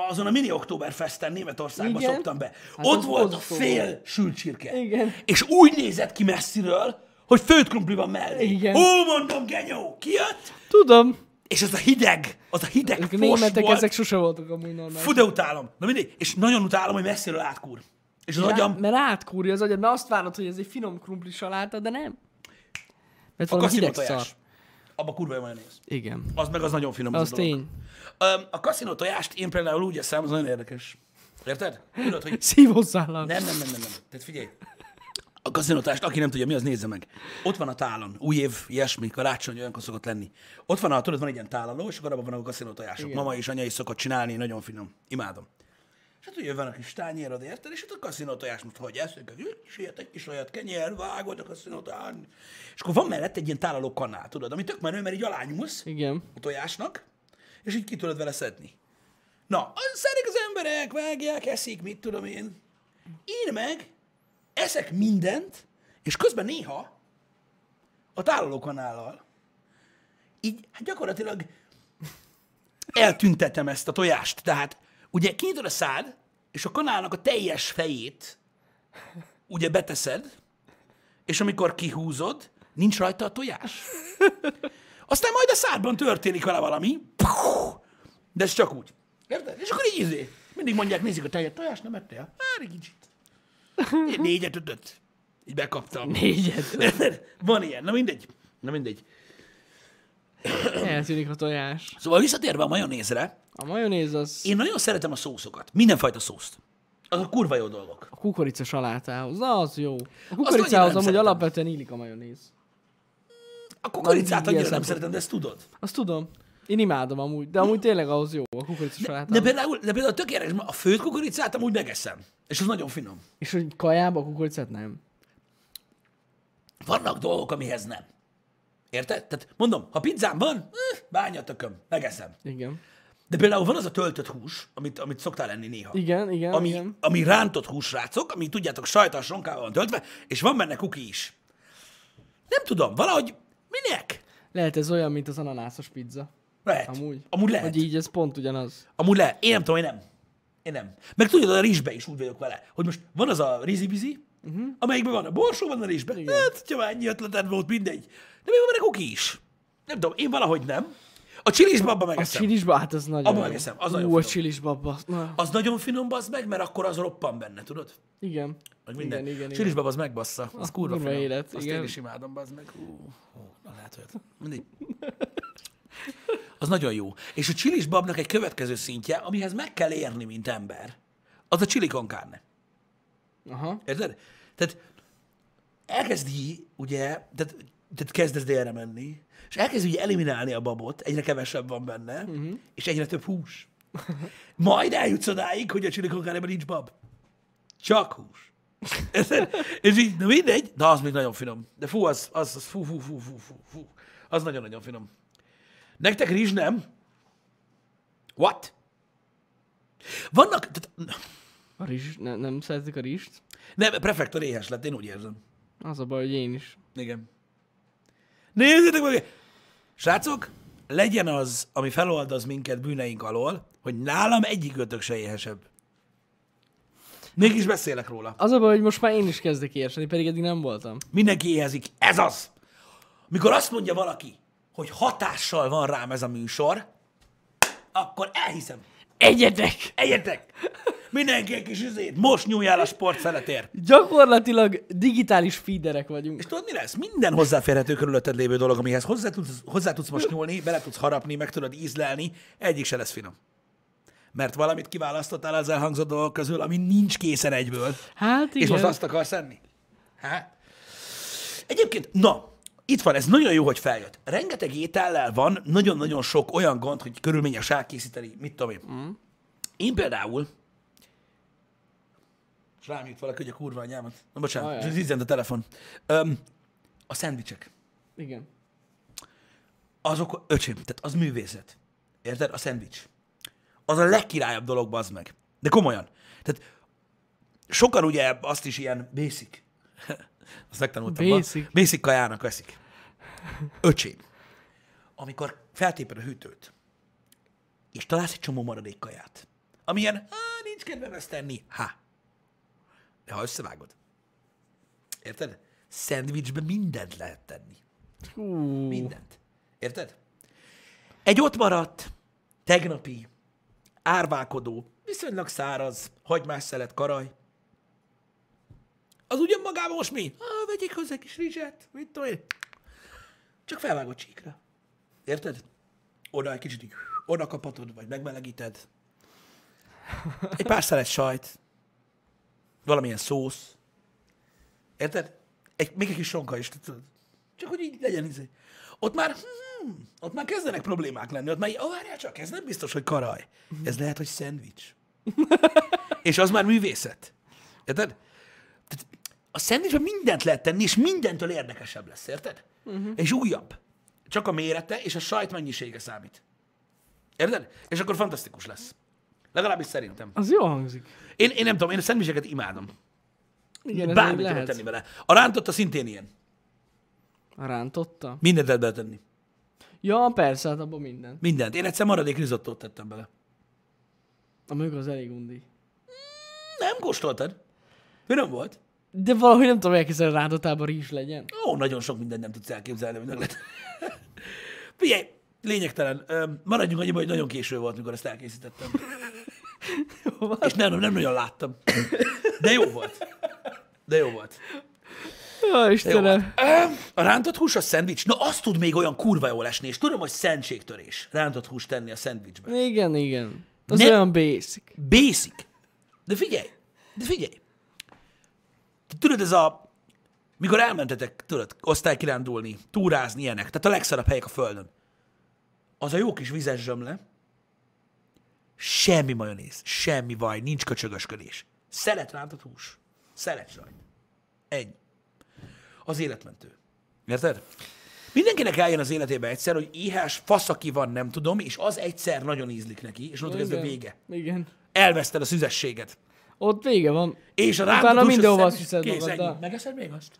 Speaker 1: azon a mini Oktoberfesten Németországba
Speaker 2: Igen.
Speaker 1: szoptam be. Hát
Speaker 2: Hát
Speaker 1: ott
Speaker 2: az
Speaker 1: volt a
Speaker 2: borzasztó
Speaker 1: fél sült csirke.
Speaker 2: Igen.
Speaker 1: És úgy nézett ki messziről, hogy főtt krumpli van mellé.
Speaker 2: Igen.
Speaker 1: Ó, mondom, genyó, kijött,
Speaker 2: Tudom.
Speaker 1: és az a hideg, az a hideg
Speaker 2: Ezek a
Speaker 1: fos
Speaker 2: németek,
Speaker 1: volt.
Speaker 2: ezek sose voltak amúgy normális.
Speaker 1: Fú, de utálom. Na mindig. És nagyon utálom, hogy messziről átkúr. És az
Speaker 2: Rá,
Speaker 1: agyam
Speaker 2: mert átkúrja az agyad, mert azt várod, hogy ez egy finom krumpli saláta, de nem. Mert
Speaker 1: a
Speaker 2: valami
Speaker 1: kaszinó
Speaker 2: hideg
Speaker 1: tojás.
Speaker 2: szar.
Speaker 1: Abba kurva jó majonéz.
Speaker 2: Igen.
Speaker 1: Az meg az nagyon finom.
Speaker 2: Az
Speaker 1: a dolog.
Speaker 2: tény.
Speaker 1: Öm, a kaszinó tojást én például úgy eszem, az nagyon érdekes. Érted? Tudod, hogy
Speaker 2: Szívozzál
Speaker 1: nem, nem, nem, nem, nem. Tehát figyelj. A gazinotást, aki nem tudja, mi az, nézze meg. Ott van a tálon, új év, ilyesmi, karácsony, olyankor szokott lenni. Ott van a, tudod, van egy ilyen tálaló, és akkor abban vannak a gazinotajások. Mama és anya is szokott csinálni, nagyon finom. Imádom. És hát ugye van a kis tányérod, érted? És ott a kaszinótojás most hogy eszünk, és ilyet, egy kis olyat kenyér, vágod a kaszinótojás. És akkor van mellett egy ilyen tálaló kanál, tudod, ami tök menő, mert így alányulsz
Speaker 2: Igen.
Speaker 1: a tojásnak, és így ki tudod vele szedni. Na, az- szedik az emberek, vágják, eszik, mit tudom én. Én meg eszek mindent, és közben néha a tárolókanállal így hát gyakorlatilag eltüntetem ezt a tojást. Tehát ugye kinyitod a szád, és a kanálnak a teljes fejét ugye beteszed, és amikor kihúzod, nincs rajta a tojás. Aztán majd a szádban történik vele valami, de ez csak úgy. Érted? És akkor így izé. Mindig mondják, nézik a tejet, tojás nem ettél? Hát egy kicsit. Én négyet, ötöt. Így bekaptam.
Speaker 2: Négyet.
Speaker 1: Érted? Van ilyen, na mindegy. Na mindegy.
Speaker 2: Eltűnik a tojás.
Speaker 1: Szóval visszatérve a majonézre,
Speaker 2: A majonéz az
Speaker 1: én nagyon szeretem a szószokat. Mindenfajta szószt. Azok kurva jó dolgok.
Speaker 2: a kukorica salátához. Na, az jó. A kukoricához
Speaker 1: nem
Speaker 2: amúgy
Speaker 1: szeretem.
Speaker 2: alapvetően illik a majonéz.
Speaker 1: A kukoricát
Speaker 2: mindig
Speaker 1: annyira
Speaker 2: ilyen
Speaker 1: nem
Speaker 2: szempont-
Speaker 1: szeretem, de ezt tudod.
Speaker 2: Azt tudom. Én imádom amúgy, de amúgy tényleg ahhoz jó a kukorica saláta.
Speaker 1: De például, de például tök érdekes, mert a főtt kukoricát amúgy megeszem. És az nagyon finom.
Speaker 2: És hogy kajába a kukoricát nem.
Speaker 1: Vannak dolgok, amihez nem. Érted? Tehát mondom, ha pizzám van, eh, bányatököm, megeszem.
Speaker 2: Igen.
Speaker 1: De például van az a töltött hús, amit, amit szoktál enni néha.
Speaker 2: Igen, igen,
Speaker 1: ami,
Speaker 2: igen.
Speaker 1: ami rántott húsrácok, ami tudjátok, sajtas ronkával van töltve, és van benne kuki is. Nem tudom, valahogy minek?
Speaker 2: Lehet ez olyan, mint az ananászos pizza.
Speaker 1: Lehet.
Speaker 2: Amúgy.
Speaker 1: Amúgy lehet.
Speaker 2: Hogy így ez pont ugyanaz.
Speaker 1: Amúgy lehet. Én nem tudom, én nem. Én nem. Meg tudod, a rizsbe is úgy vagyok vele, hogy most van az a rizibizi, uh-huh. amelyikben van a borsó, van a rizsbe. Hát, hogyha már ennyi ötleted volt, mindegy. De még van benne kuki is. Nem tudom, én valahogy nem. A csilisbe abban
Speaker 2: A
Speaker 1: megeszem.
Speaker 2: csilisba, hát az nagyon
Speaker 1: Abba
Speaker 2: jó.
Speaker 1: megeszem, az nagyon
Speaker 2: Ú, a
Speaker 1: finom.
Speaker 2: csilisba, basz. Na,
Speaker 1: Az nagyon finom, bazd meg, mert akkor az roppan benne, tudod?
Speaker 2: igen.
Speaker 1: Meg minden.
Speaker 2: Igen, igen, igen.
Speaker 1: Csilisbab az megbassza. Az kurva
Speaker 2: kurva
Speaker 1: finom.
Speaker 2: élet,
Speaker 1: Azt
Speaker 2: igen.
Speaker 1: én is imádom, bazd meg. Hú, hú, na lehet, hogy
Speaker 2: <laughs>
Speaker 1: mindig. Az nagyon jó. És a csilisbabnak egy következő szintje, amihez meg kell érni, mint ember, az a csilikon carne.
Speaker 2: Aha.
Speaker 1: Érted? Tehát elkezdi, ugye, tehát, tehát kezdesz délre menni, és elkezd ugye eliminálni a babot, egyre kevesebb van benne, uh-huh. és egyre több hús. <laughs> Majd eljutsz odáig, hogy a csilikonkárában nincs bab. Csak hús. Érted? és így, na mindegy, de az még nagyon finom. De fú, az, az, az fú, fú, fú, fú, fú, fú. Az nagyon-nagyon finom. Nektek rizs nem? What? Vannak, tehát,
Speaker 2: A rizs, ne, nem szeretik a rizst?
Speaker 1: nem, prefektor éhes lett, én úgy érzem.
Speaker 2: Az a baj, hogy én is.
Speaker 1: Igen. Nézzétek meg! Srácok, legyen az, ami feloldaz minket bűneink alól, hogy nálam egyik ötök se éhesebb. Mégis beszélek róla.
Speaker 2: Az a baj, hogy most már én is kezdek érseni, pedig eddig nem voltam.
Speaker 1: Mindenki éhezik. Ez az! Mikor azt mondja valaki, hogy hatással van rám ez a műsor, akkor elhiszem.
Speaker 2: Egyetek!
Speaker 1: Egyetek! Mindenki egy kis izét, most nyúljál a sport feletér.
Speaker 2: Gyakorlatilag digitális feederek vagyunk.
Speaker 1: És tudod, mi lesz? Minden hozzáférhető körülötted lévő dolog, amihez hozzá tudsz, hozzá tudsz most nyúlni, bele tudsz harapni, meg tudod ízlelni, egyik se lesz finom. Mert valamit kiválasztottál az elhangzott dolgok közül, ami nincs készen egyből.
Speaker 2: Hát igen.
Speaker 1: És most azt akarsz enni? Hát. Egyébként, na, itt van, ez nagyon jó, hogy feljött. Rengeteg étellel van nagyon-nagyon sok olyan gond, hogy körülményes elkészíteni, mit tudom én. Mm. Én például, és rám jut valaki, hogy a kurva anyámat. Na bocsánat,
Speaker 2: Ajaj.
Speaker 1: ez izzent a telefon. Öm, a szendvicsek.
Speaker 2: Igen.
Speaker 1: Azok, öcsém, tehát az művészet. Érted? A szendvics. Az a legkirályabb dolog, bazd meg. De komolyan. Tehát sokan ugye azt is ilyen basic. <laughs> Azt megtanultam. ma.
Speaker 2: Basic.
Speaker 1: Basic kajának veszik. Öcsém, amikor feltéped a hűtőt, és találsz egy csomó maradék kaját, amilyen, "Á, nincs kedvem ezt tenni, há. De ha összevágod, érted? Szendvicsbe mindent lehet tenni.
Speaker 2: Hú.
Speaker 1: Mindent. Érted? Egy ott maradt, tegnapi, árválkodó, viszonylag száraz, hagymás szelet karaj. Az ugyan magában most mi? Ah, vegyék hozzá egy kis rizset, mit tudom én. Csak felvágod csíkra. Érted? Oda egy kicsit így, oda kapatod, vagy megmelegíted. Egy pár szelet sajt. Valamilyen szósz. Érted? Egy, még egy kis sonka is, tudod. Csak hogy így legyen izé. Ott már, hmm, ott már kezdenek problémák lenni, ott már, ó, várjál csak, ez nem biztos, hogy karaj. Ez lehet, hogy szendvics. és az már művészet. Érted? Tehát a szendvicsben mindent lehet tenni, és mindentől érdekesebb lesz, érted? Uh-huh. És újabb. Csak a mérete és a sajt mennyisége számít. Érted? És akkor fantasztikus lesz. Legalábbis szerintem.
Speaker 2: Az jó hangzik.
Speaker 1: Én, én nem tudom, én a szendvicseket imádom.
Speaker 2: Igen, ez
Speaker 1: Bármit
Speaker 2: még
Speaker 1: lehet
Speaker 2: lehet.
Speaker 1: tenni vele. A rántotta szintén ilyen.
Speaker 2: Rántotta?
Speaker 1: Mindent lehet beletenni.
Speaker 2: Ja, persze, hát abban minden.
Speaker 1: Mindent. Én egyszer maradék rizottót tettem bele.
Speaker 2: A mög az elég undi.
Speaker 1: Nem kóstoltad? Finom volt?
Speaker 2: De valahogy nem tudom elképzelni, hogy rántotában rizs legyen.
Speaker 1: Ó, nagyon sok mindent nem tudsz elképzelni, hogy meg lehet. <laughs> Figyelj, lényegtelen. Ö, Maradjunk annyiban, hogy nagyon késő volt, mikor ezt elkészítettem. És nem, nem nagyon láttam. De jó volt. De jó volt.
Speaker 2: <laughs> Jó, hát.
Speaker 1: Jó volt.
Speaker 2: Istenem.
Speaker 1: Ö, A rántott hús a szendvics, na azt tud még olyan kurva jól esni, és tudom, hogy szentségtörés rántott hús tenni a szendvicsbe.
Speaker 2: Igen, igen. Az
Speaker 1: Ne-
Speaker 2: olyan basic.
Speaker 1: Basic. De figyelj, de figyelj. Te Tudod, ez a... Mikor elmentetek, tudod, osztálykirándulni, túrázni, ilyenek, tehát a legszarabb helyek a földön. Az a jó kis vizes zsömle, semmi majonéz, semmi vaj, nincs köcsögösködés. Szelet rántott hús, szelet sajt. Ennyi. Az életmentő. Érted? Mindenkinek eljön az életébe egyszer, hogy éhes faszaki van, nem tudom, és az egyszer nagyon ízlik neki, és onnantól kezdve
Speaker 2: Igen.
Speaker 1: vége
Speaker 2: Igen.
Speaker 1: elveszted a szüzességet.
Speaker 2: Ott vége van.
Speaker 1: És a rántott
Speaker 2: Utána
Speaker 1: hús,
Speaker 2: mindenhova
Speaker 1: a szendvics,
Speaker 2: azt hiszed
Speaker 1: kész,
Speaker 2: magaddal.
Speaker 1: ennyi. Megeszed még azt?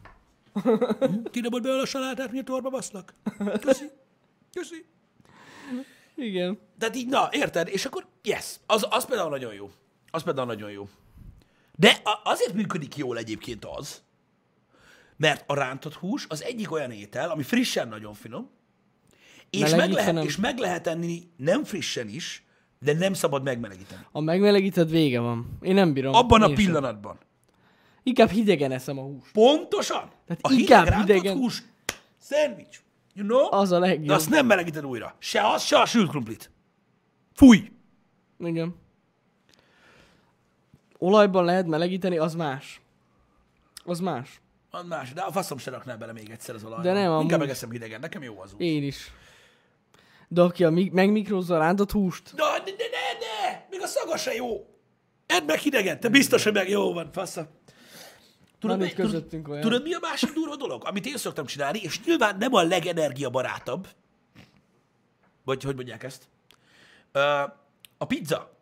Speaker 1: Hm? Kidobod belőle a salátát, miért torba baszlak? Köszi. Köszi.
Speaker 2: Igen.
Speaker 1: Tehát így, na, érted? És akkor, yes. Az, az például nagyon jó. Az például nagyon jó. De a, azért működik jól egyébként az, mert a rántott hús az egyik olyan étel, ami frissen nagyon finom, és meg,
Speaker 2: Melegítve
Speaker 1: lehet,
Speaker 2: nem.
Speaker 1: és meg lehet enni nem frissen is, de nem szabad megmelegíteni.
Speaker 2: A megmelegített vége van. Én nem bírom.
Speaker 1: Abban a
Speaker 2: Én sem.
Speaker 1: pillanatban.
Speaker 2: Inkább hidegen eszem a húst.
Speaker 1: Pontosan.
Speaker 2: Tehát
Speaker 1: a
Speaker 2: inkább
Speaker 1: hideg rántott
Speaker 2: hidegen-
Speaker 1: hús, szendvics. You know?
Speaker 2: Az a
Speaker 1: De
Speaker 2: legjobb.
Speaker 1: azt nem melegíted újra. Se az, se a sült krumplit. Fúj!
Speaker 2: Igen. Olajban lehet melegíteni, az más. Az más.
Speaker 1: Az más, de a faszom se raknál bele még egyszer az olajba.
Speaker 2: De nem,
Speaker 1: Inkább
Speaker 2: amúgy.
Speaker 1: megeszem hidegen, nekem jó az úgy.
Speaker 2: Én is. De aki a mi- megmikrózza a rántott húst,
Speaker 1: Na, de, de, de, de, még a szaga se jó. Edd meg hidegen, te biztos, hogy meg jó van, faszom. Tudod,
Speaker 2: Van
Speaker 1: mi,
Speaker 2: itt
Speaker 1: tudod,
Speaker 2: közöttünk olyan.
Speaker 1: tudod, mi a másik durva dolog, amit én szoktam csinálni, és nyilván nem a legenergiabarátabb, vagy hogy mondják ezt, Ö, a pizza.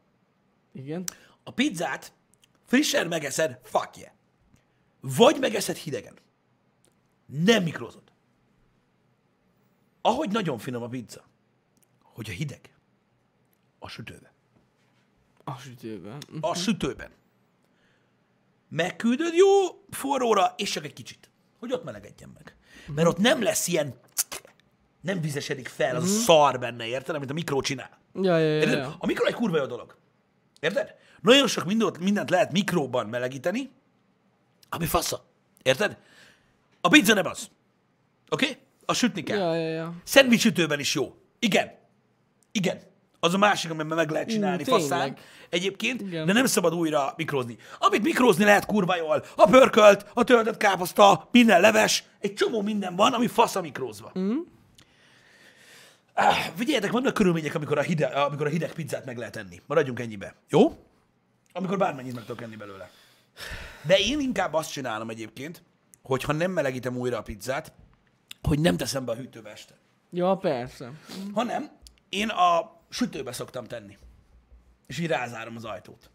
Speaker 2: igen,
Speaker 1: A pizzát frissen megeszed, fuck yeah. Vagy megeszed hidegen. Nem mikrózod. Ahogy nagyon finom a pizza, hogy a hideg, a sütőben.
Speaker 2: a sütőben.
Speaker 1: A sütőben. Megküldöd jó forróra, és csak egy kicsit. Hogy ott melegedjen meg. Mert ott nem lesz ilyen, nem vizesedik fel az a szar benne, érted, amit a mikró csinál.
Speaker 2: Ja, ja, ja,
Speaker 1: Érted?
Speaker 2: ja.
Speaker 1: A mikro egy kurva jó dolog. Érted? Nagyon sok mindent, mindent lehet mikróban melegíteni, ami fasza. Érted? A pizza nem az. Oké? Okay? A sütni kell. Yeah.
Speaker 2: Ja, ja, ja.
Speaker 1: Szendvics sütőben is jó. Igen. Igen. Az a másik, amiben meg lehet csinálni
Speaker 2: Ú,
Speaker 1: uh, faszán
Speaker 2: Mm, tényleg.
Speaker 1: egyébként, Igen.
Speaker 2: Igen.
Speaker 1: de nem szabad újra mikrózni. Amit mikrózni lehet kurva jól. A pörkölt, a töltött káposzta, minden leves, egy csomó minden van, ami fasz a mikrózva. Mm. Ah, figyeljetek, vannak körülmények, amikor a, hideg, amikor a hideg pizzát meg lehet enni. Maradjunk ennyibe. Jó? Amikor bármennyit meg tudok enni belőle. De én inkább azt csinálom egyébként, hogyha nem melegítem újra a pizzát, hogy nem teszem be a hűtőbe este
Speaker 2: Ja, persze.
Speaker 1: hanem én a sütőbe szoktam tenni. És így rázárom az ajtót.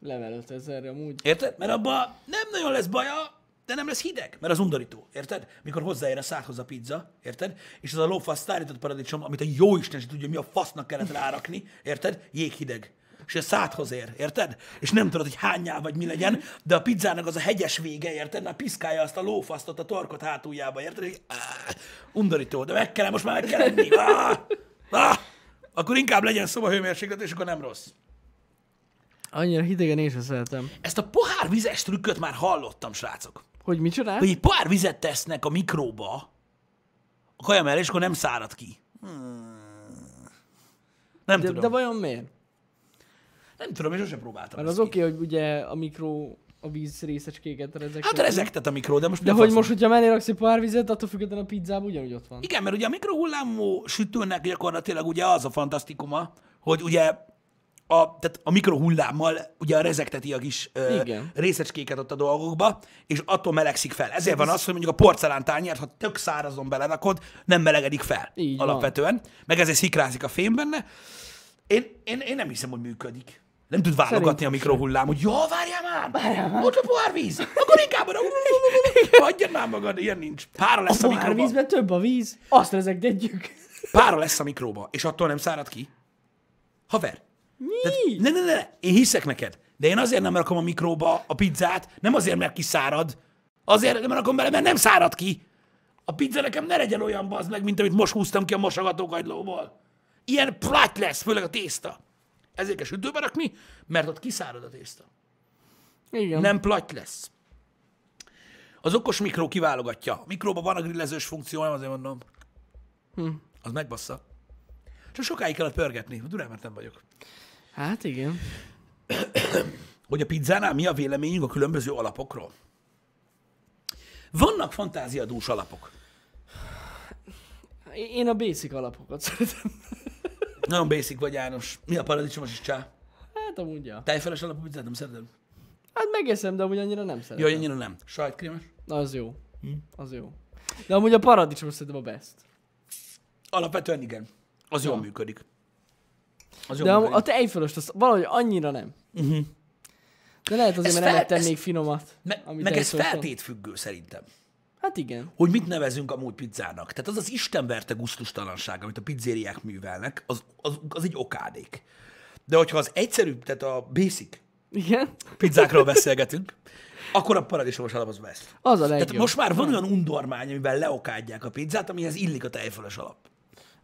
Speaker 2: Level 5000 amúgy.
Speaker 1: Érted? Mert abban nem nagyon lesz baja, de nem lesz hideg, mert az undorító, érted? Mikor hozzáér a szádhoz a pizza, érted? És az a lófasz szárított paradicsom, amit a jó Isten se tudja, mi a fasznak kellett rárakni, érted? Jéghideg. És a szádhoz ér, érted? És nem tudod, hogy hányá vagy mi legyen, de a pizzának az a hegyes vége, érted? Már piszkálja azt a lófasztot a torkot hátuljába, érted? És, áh, undorító, de meg kell, most már meg kell enni. Áh, áh. Akkor inkább legyen szobahőmérséklet, és akkor nem rossz.
Speaker 2: Annyira hidegen én sem szeretem.
Speaker 1: Ezt a pohár vizes trükköt már hallottam, srácok.
Speaker 2: Hogy micsoda?
Speaker 1: Hogy egy pohár vizet tesznek a mikróba, a kaja mellé, és akkor nem szárad ki. Hmm. Nem de,
Speaker 2: De,
Speaker 1: tudom.
Speaker 2: de vajon miért?
Speaker 1: Nem tudom, én sosem próbáltam
Speaker 2: Mert
Speaker 1: ezt
Speaker 2: az
Speaker 1: ki.
Speaker 2: oké, okay, hogy ugye a mikro a víz részecskéket ezek.
Speaker 1: Hát rezektet a mikró, de most mi
Speaker 2: De
Speaker 1: a
Speaker 2: hogy
Speaker 1: fasz?
Speaker 2: most, hogyha mellé raksz egy pár vizet, attól függetlenül a pizzában ugyanúgy ott van.
Speaker 1: Igen, mert ugye a mikrohullámú sütőnek gyakorlatilag ugye az a fantasztikuma, hogy ugye a, tehát a mikrohullámmal ugye a rezegteti a kis ö,
Speaker 2: Igen.
Speaker 1: részecskéket ott a dolgokba, és attól melegszik fel. Ezért van az, hogy mondjuk a porcelántányért, ha tök szárazon belerakod, nem melegedik fel
Speaker 2: Így van.
Speaker 1: alapvetően, meg ezért szikrázik a fém benne. Én, én, én nem hiszem, hogy működik. Nem tud válogatni
Speaker 2: Szerintem
Speaker 1: a mikrohullám, hogy jó, várjál már! Várjál már! Ott a poárvíz! Akkor inkább
Speaker 2: <laughs>
Speaker 1: oda! Hagyjad már magad, ilyen nincs. Hára lesz a, a
Speaker 2: Pohár
Speaker 1: mikroban.
Speaker 2: vízben több a víz, azt rezegdetjük.
Speaker 1: Pára lesz a mikróba, és attól nem szárad ki? Haver.
Speaker 2: Mi?
Speaker 1: Ne, ne, ne, ne, én hiszek neked. De én azért nem rakom a mikróba a pizzát, nem azért, mert kiszárad, azért nem rakom bele, mert nem szárad ki. A pizza nekem ne legyen olyan bazd meg, mint amit most húztam ki a mosogatókagylóból. Ilyen plát lesz, főleg a tészta. Ezért kell sütőbe rakni, mert ott kiszárad a tészta.
Speaker 2: Igen.
Speaker 1: Nem platy lesz. Az okos mikró kiválogatja. A mikróban van a grillezős funkció, nem azért mondom. Hm. Az megbassza. Csak sokáig kellett pörgetni, türelmetlen vagyok.
Speaker 2: Hát igen.
Speaker 1: Hogy a pizzánál mi a véleményünk a különböző alapokról? Vannak fantáziadús alapok.
Speaker 2: Én a basic alapokat <laughs> szeretem.
Speaker 1: Nagyon basic vagy, János. Mi a paradicsomos is csá?
Speaker 2: Hát amúgy ja.
Speaker 1: Tejfeles alapú pizzát nem szeretem.
Speaker 2: Hát megeszem, de amúgy annyira nem szeretem.
Speaker 1: Jó, annyira nem. Sajtkrémes?
Speaker 2: Na, az jó. Az jó. De amúgy a paradicsom szerintem a best.
Speaker 1: Alapvetően igen. Az jól működik. Az jól
Speaker 2: De a,
Speaker 1: működik.
Speaker 2: a tejfölöst azt valahogy annyira nem. Uh-huh. De lehet
Speaker 1: Mhm.
Speaker 2: azért,
Speaker 1: Ez
Speaker 2: mert nem
Speaker 1: fel-
Speaker 2: ettem
Speaker 1: ez-
Speaker 2: még finomat.
Speaker 1: Me-
Speaker 2: ami
Speaker 1: meg ez
Speaker 2: tejfölös van.
Speaker 1: feltétfüggő szerintem.
Speaker 2: Hát igen.
Speaker 1: hogy mit nevezünk amúgy pizzának. Tehát az az istenverte gusztustalanság, amit a pizzériák művelnek, az, az, az egy okádék. De hogyha az egyszerűbb, tehát a basic
Speaker 2: Igen?
Speaker 1: pizzákról beszélgetünk, <laughs> akkor a paradicsomos alap az best.
Speaker 2: Az a legjobb.
Speaker 1: Tehát most már van
Speaker 2: Hm.
Speaker 1: olyan undormány, amivel leokádják a pizzát, amihez illik a tejfölös alap.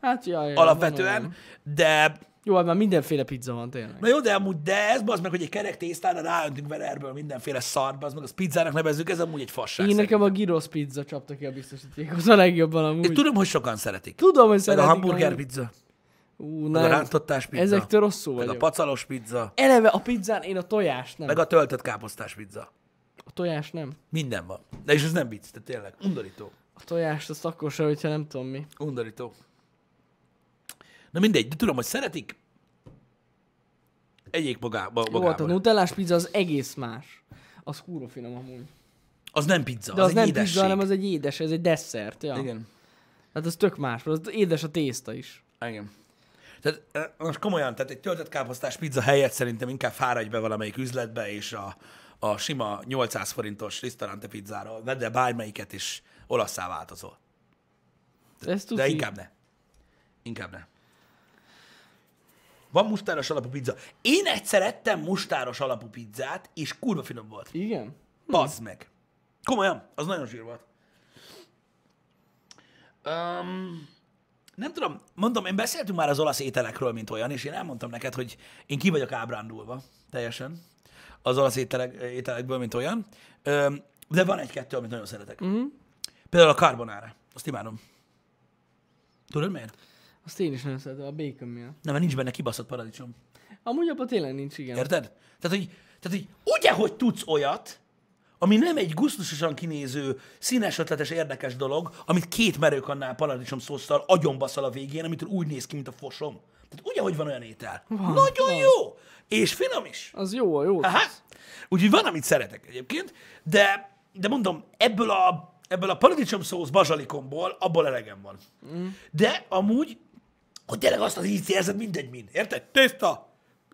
Speaker 2: Hát jaj, jaj, van
Speaker 1: Alapvetően,
Speaker 2: olyan.
Speaker 1: de
Speaker 2: Jó, hát már mindenféle pizza van tényleg.
Speaker 1: Na jó, de amúgy, de ez az meg, hogy egy kerek tésztára ráöntünk vele erből mindenféle szart, az meg azt pizzának nevezzük, ez amúgy egy fasság.
Speaker 2: Én
Speaker 1: szerintem.
Speaker 2: nekem a gyrosz pizza csapta ki a biztosítékot. Az a legjobban amúgy.
Speaker 1: Én tudom, hogy sokan szeretik.
Speaker 2: Tudom, hogy
Speaker 1: Meg a
Speaker 2: szeretik.
Speaker 1: hamburger
Speaker 2: amúgy.
Speaker 1: pizza.
Speaker 2: Ú,
Speaker 1: Meg a
Speaker 2: nem.
Speaker 1: rántottás pizza.
Speaker 2: Ezektől rosszul
Speaker 1: Meg a
Speaker 2: vagyok.
Speaker 1: pacalos pizza.
Speaker 2: Eleve a pizzán én a tojást nem.
Speaker 1: Meg a töltött káposztás pizza.
Speaker 2: A tojást nem.
Speaker 1: Minden van. De és ez nem vicc, tehát tényleg. Undorító.
Speaker 2: A tojást azt akkor sem, hogyha nem tudom mi.
Speaker 1: Undorító. Na mindegy, de tudom, hogy szeretik. Egyék magába,
Speaker 2: Jó, hát a
Speaker 1: magában.
Speaker 2: nutellás pizza az egész más. Az húró finom amúgy.
Speaker 1: Az nem pizza,
Speaker 2: De az, az
Speaker 1: egy
Speaker 2: nem
Speaker 1: édesség.
Speaker 2: pizza, hanem az egy édes, ez egy desszert. Ja.
Speaker 1: Igen.
Speaker 2: Hát az tök más, mert az édes a tészta is.
Speaker 1: Igen. Tehát eh, most komolyan, tehát egy töltött káposztás pizza helyett szerintem inkább fáradj be valamelyik üzletbe, és a, a sima 800 forintos ristorante pizzára vedd el bármelyiket, és olaszszá változol.
Speaker 2: Ez tuti.
Speaker 1: De inkább ne. Inkább ne. Van mustáros alapú pizza. Én egyszer ettem mustáros alapú pizzát, és kurva finom volt.
Speaker 2: Igen?
Speaker 1: Bazd meg. Komolyan, az nagyon zsír volt. Um, nem tudom, mondom, én beszéltünk már az olasz ételekről, mint olyan, és én elmondtam neked, hogy én ki vagyok ábrándulva teljesen az olasz ételek, ételekből, mint olyan. Um, de van egy-kettő, amit nagyon szeretek. Mm. Például a carbonara. Azt imádom. Tudod miért?
Speaker 2: Azt én is nagyon szeretem, a bacon meal.
Speaker 1: Nem, mert nincs benne kibaszott paradicsom.
Speaker 2: Amúgy abban tényleg nincs, igen.
Speaker 1: Érted? Tehát, hogy, tehát, hogy ugye, hogy tudsz olyat, ami nem egy gusztusosan kinéző, színes, ötletes, érdekes dolog, amit két merőkannál paradicsom szósztal agyonbaszal a végén, amitől úgy néz ki, mint a fosom. Tehát ugye, hogy van olyan étel. Van, Nagyon van. jó! És finom is.
Speaker 2: Az jó, jó.
Speaker 1: Aha. Úgyhogy van, amit szeretek egyébként, de, de mondom, ebből a, ebből a paradicsom szósz bazsalikomból, abból elegem van. Mm. De amúgy, hogy tényleg azt az ízt érzed mindegy min. Érted? Tészta,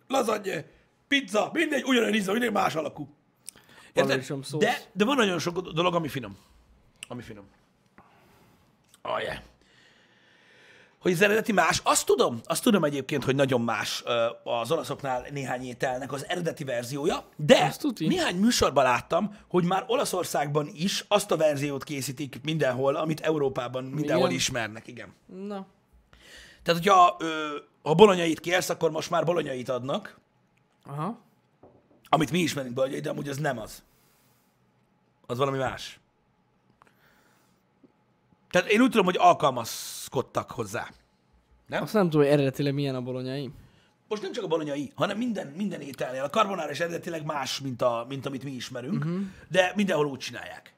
Speaker 1: lazagne, pizza, mindegy, ugyanolyan íze, mindegy más alakú. Érted?
Speaker 2: Paradicsom szósz.
Speaker 1: De, de van nagyon sok dolog, ami finom. Ami finom. Oh, yeah. Hogy az eredeti más, azt tudom, azt tudom egyébként, hogy nagyon más ö, az olaszoknál néhány ételnek az eredeti verziója, de
Speaker 2: Azt tuti.
Speaker 1: néhány műsorban láttam, hogy már Olaszországban is azt a verziót készítik mindenhol, amit Európában mindenhol
Speaker 2: Igen.
Speaker 1: ismernek, igen.
Speaker 2: Na.
Speaker 1: Tehát, hogyha ö, ha bolonyait kérsz, akkor most már bolonyait adnak,
Speaker 2: Aha.
Speaker 1: amit mi ismerünk bolonyait, de amúgy az nem az. Az valami más. Tehát én úgy tudom, hogy alkalmazkodtak hozzá.
Speaker 2: Azt nem tudom, hogy eredetileg milyen a bolonyai.
Speaker 1: most nem csak a bolonyai, hanem minden, minden ételnél. A karbonára is eredetileg más, mint, a, mint amit mi ismerünk, uh-huh. de mindenhol úgy csinálják.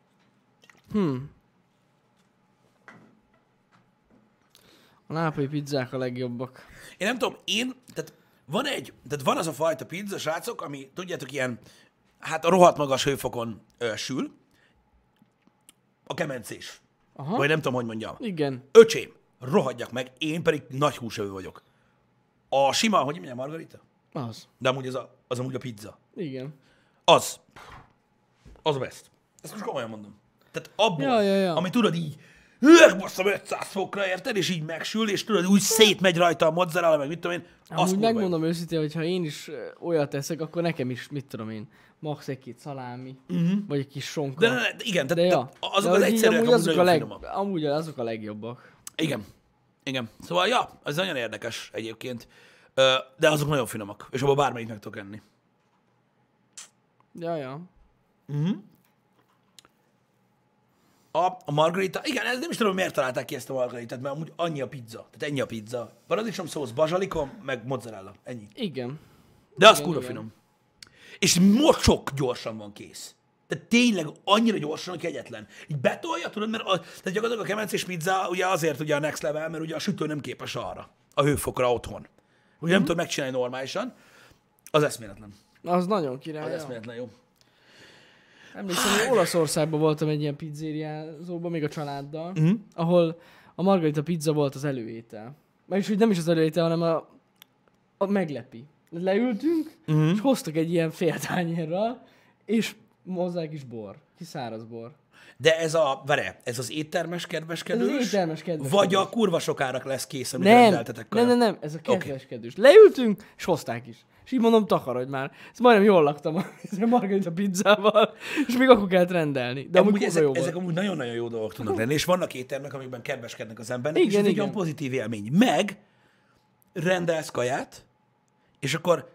Speaker 2: A nápai pizzák a legjobbak.
Speaker 1: Én nem tudom, én, tehát van egy, tehát van az a fajta pizza, srácok, ami tudjátok, ilyen, hát a rohadt magas hőfokon ö, sül, a kemencés.
Speaker 2: Aha.
Speaker 1: Vagy nem tudom, hogy mondjam.
Speaker 2: Igen.
Speaker 1: Öcsém, rohadjak meg, én pedig nagy húsevő vagyok. A sima, hogy mondjam, margarita?
Speaker 2: Az.
Speaker 1: De amúgy az, a, az amúgy a pizza.
Speaker 2: Igen.
Speaker 1: Az. Az a best. Ezt most komolyan mondom. Tehát abból,
Speaker 2: Ja, ja, ja.
Speaker 1: ami tudod így, Ők basszom 500 fokra, érted? És így megsül, és tudod, úgy szétmegy rajta a mozzarella, meg mit tudom én. Az
Speaker 2: Amúgy megmondom jó. őszintén, hogy ha én is ö, olyat teszek, akkor nekem is, mit tudom én, max egy két szalámi, uh-huh. vagy egy kis sonka.
Speaker 1: Mhm. De, de, de igen, tehát,
Speaker 2: De ja.
Speaker 1: tehát azok
Speaker 2: de
Speaker 1: az
Speaker 2: hogy így
Speaker 1: egyszerűek,
Speaker 2: amúgy
Speaker 1: amúgy
Speaker 2: azok, a
Speaker 1: nagyon
Speaker 2: leg,
Speaker 1: finomak.
Speaker 2: amúgy azok a legjobbak.
Speaker 1: Igen. Igen. Szóval, ja, ez nagyon érdekes egyébként. Ö, De azok nagyon finomak, és abban bármelyik meg tudok enni.
Speaker 2: Ja, ja.
Speaker 1: A, a margarita, igen, ez nem is tudom, miért találták ki ezt a margaritát, mert amúgy annyi a pizza. Tehát ennyi a pizza. Paradicsom szósz, bazsalikom, meg mozzarella. Ennyi.
Speaker 2: Igen.
Speaker 1: De az
Speaker 2: Igen,
Speaker 1: kurva
Speaker 2: igen.
Speaker 1: finom. És mocsok gyorsan van kész. Tehát tényleg annyira gyorsan, hogy kegyetlen. Így betolja, tudod, mert a, tehát gyakorlatilag a kemencés pizza ugye azért ugye a next level, mert ugye a sütő nem képes arra, a hőfokra otthon. Ugye
Speaker 2: Mhm.
Speaker 1: nem tud megcsinálni normálisan. Az eszméletlen.
Speaker 2: Az nagyon király.
Speaker 1: Az
Speaker 2: ja.
Speaker 1: eszméletlen jó.
Speaker 2: Emlékszem, hogy Olaszországban voltam egy ilyen pizzériázóban, még a családdal,
Speaker 1: Mhm.
Speaker 2: uh-huh. ahol a margarita pizza volt az előétel. Vagyis, hogy nem is az előétel, hanem a, a meglepi. Leültünk,
Speaker 1: Mhm.
Speaker 2: uh-huh. és hoztak egy ilyen féltányérral, és hozzá kis bor, kis száraz bor.
Speaker 1: De ez a, vere, ez az éttermes kedveskedős?
Speaker 2: Ez az éttermes kedveskedős.
Speaker 1: Vagy a kurva sokára lesz kész, amit nem,
Speaker 2: Nem,
Speaker 1: rendeltetek
Speaker 2: nem,
Speaker 1: korábban?
Speaker 2: nem, nem, ez a kedveskedős. Okay. Leültünk, és hozták is. És így mondom, takarodj már. Ez majdnem jól laktam a <laughs> a margarita pizzával, és még akkor kellett rendelni. De amúgy
Speaker 1: amúgy ezek,
Speaker 2: jó volt.
Speaker 1: ezek amúgy nagyon-nagyon jó dolgok tudnak lenni, és vannak éttermek, amikben kedveskednek az embernek, igen, és
Speaker 2: Igen,
Speaker 1: ez egy
Speaker 2: igen.
Speaker 1: olyan pozitív élmény. Meg rendelsz kaját, és akkor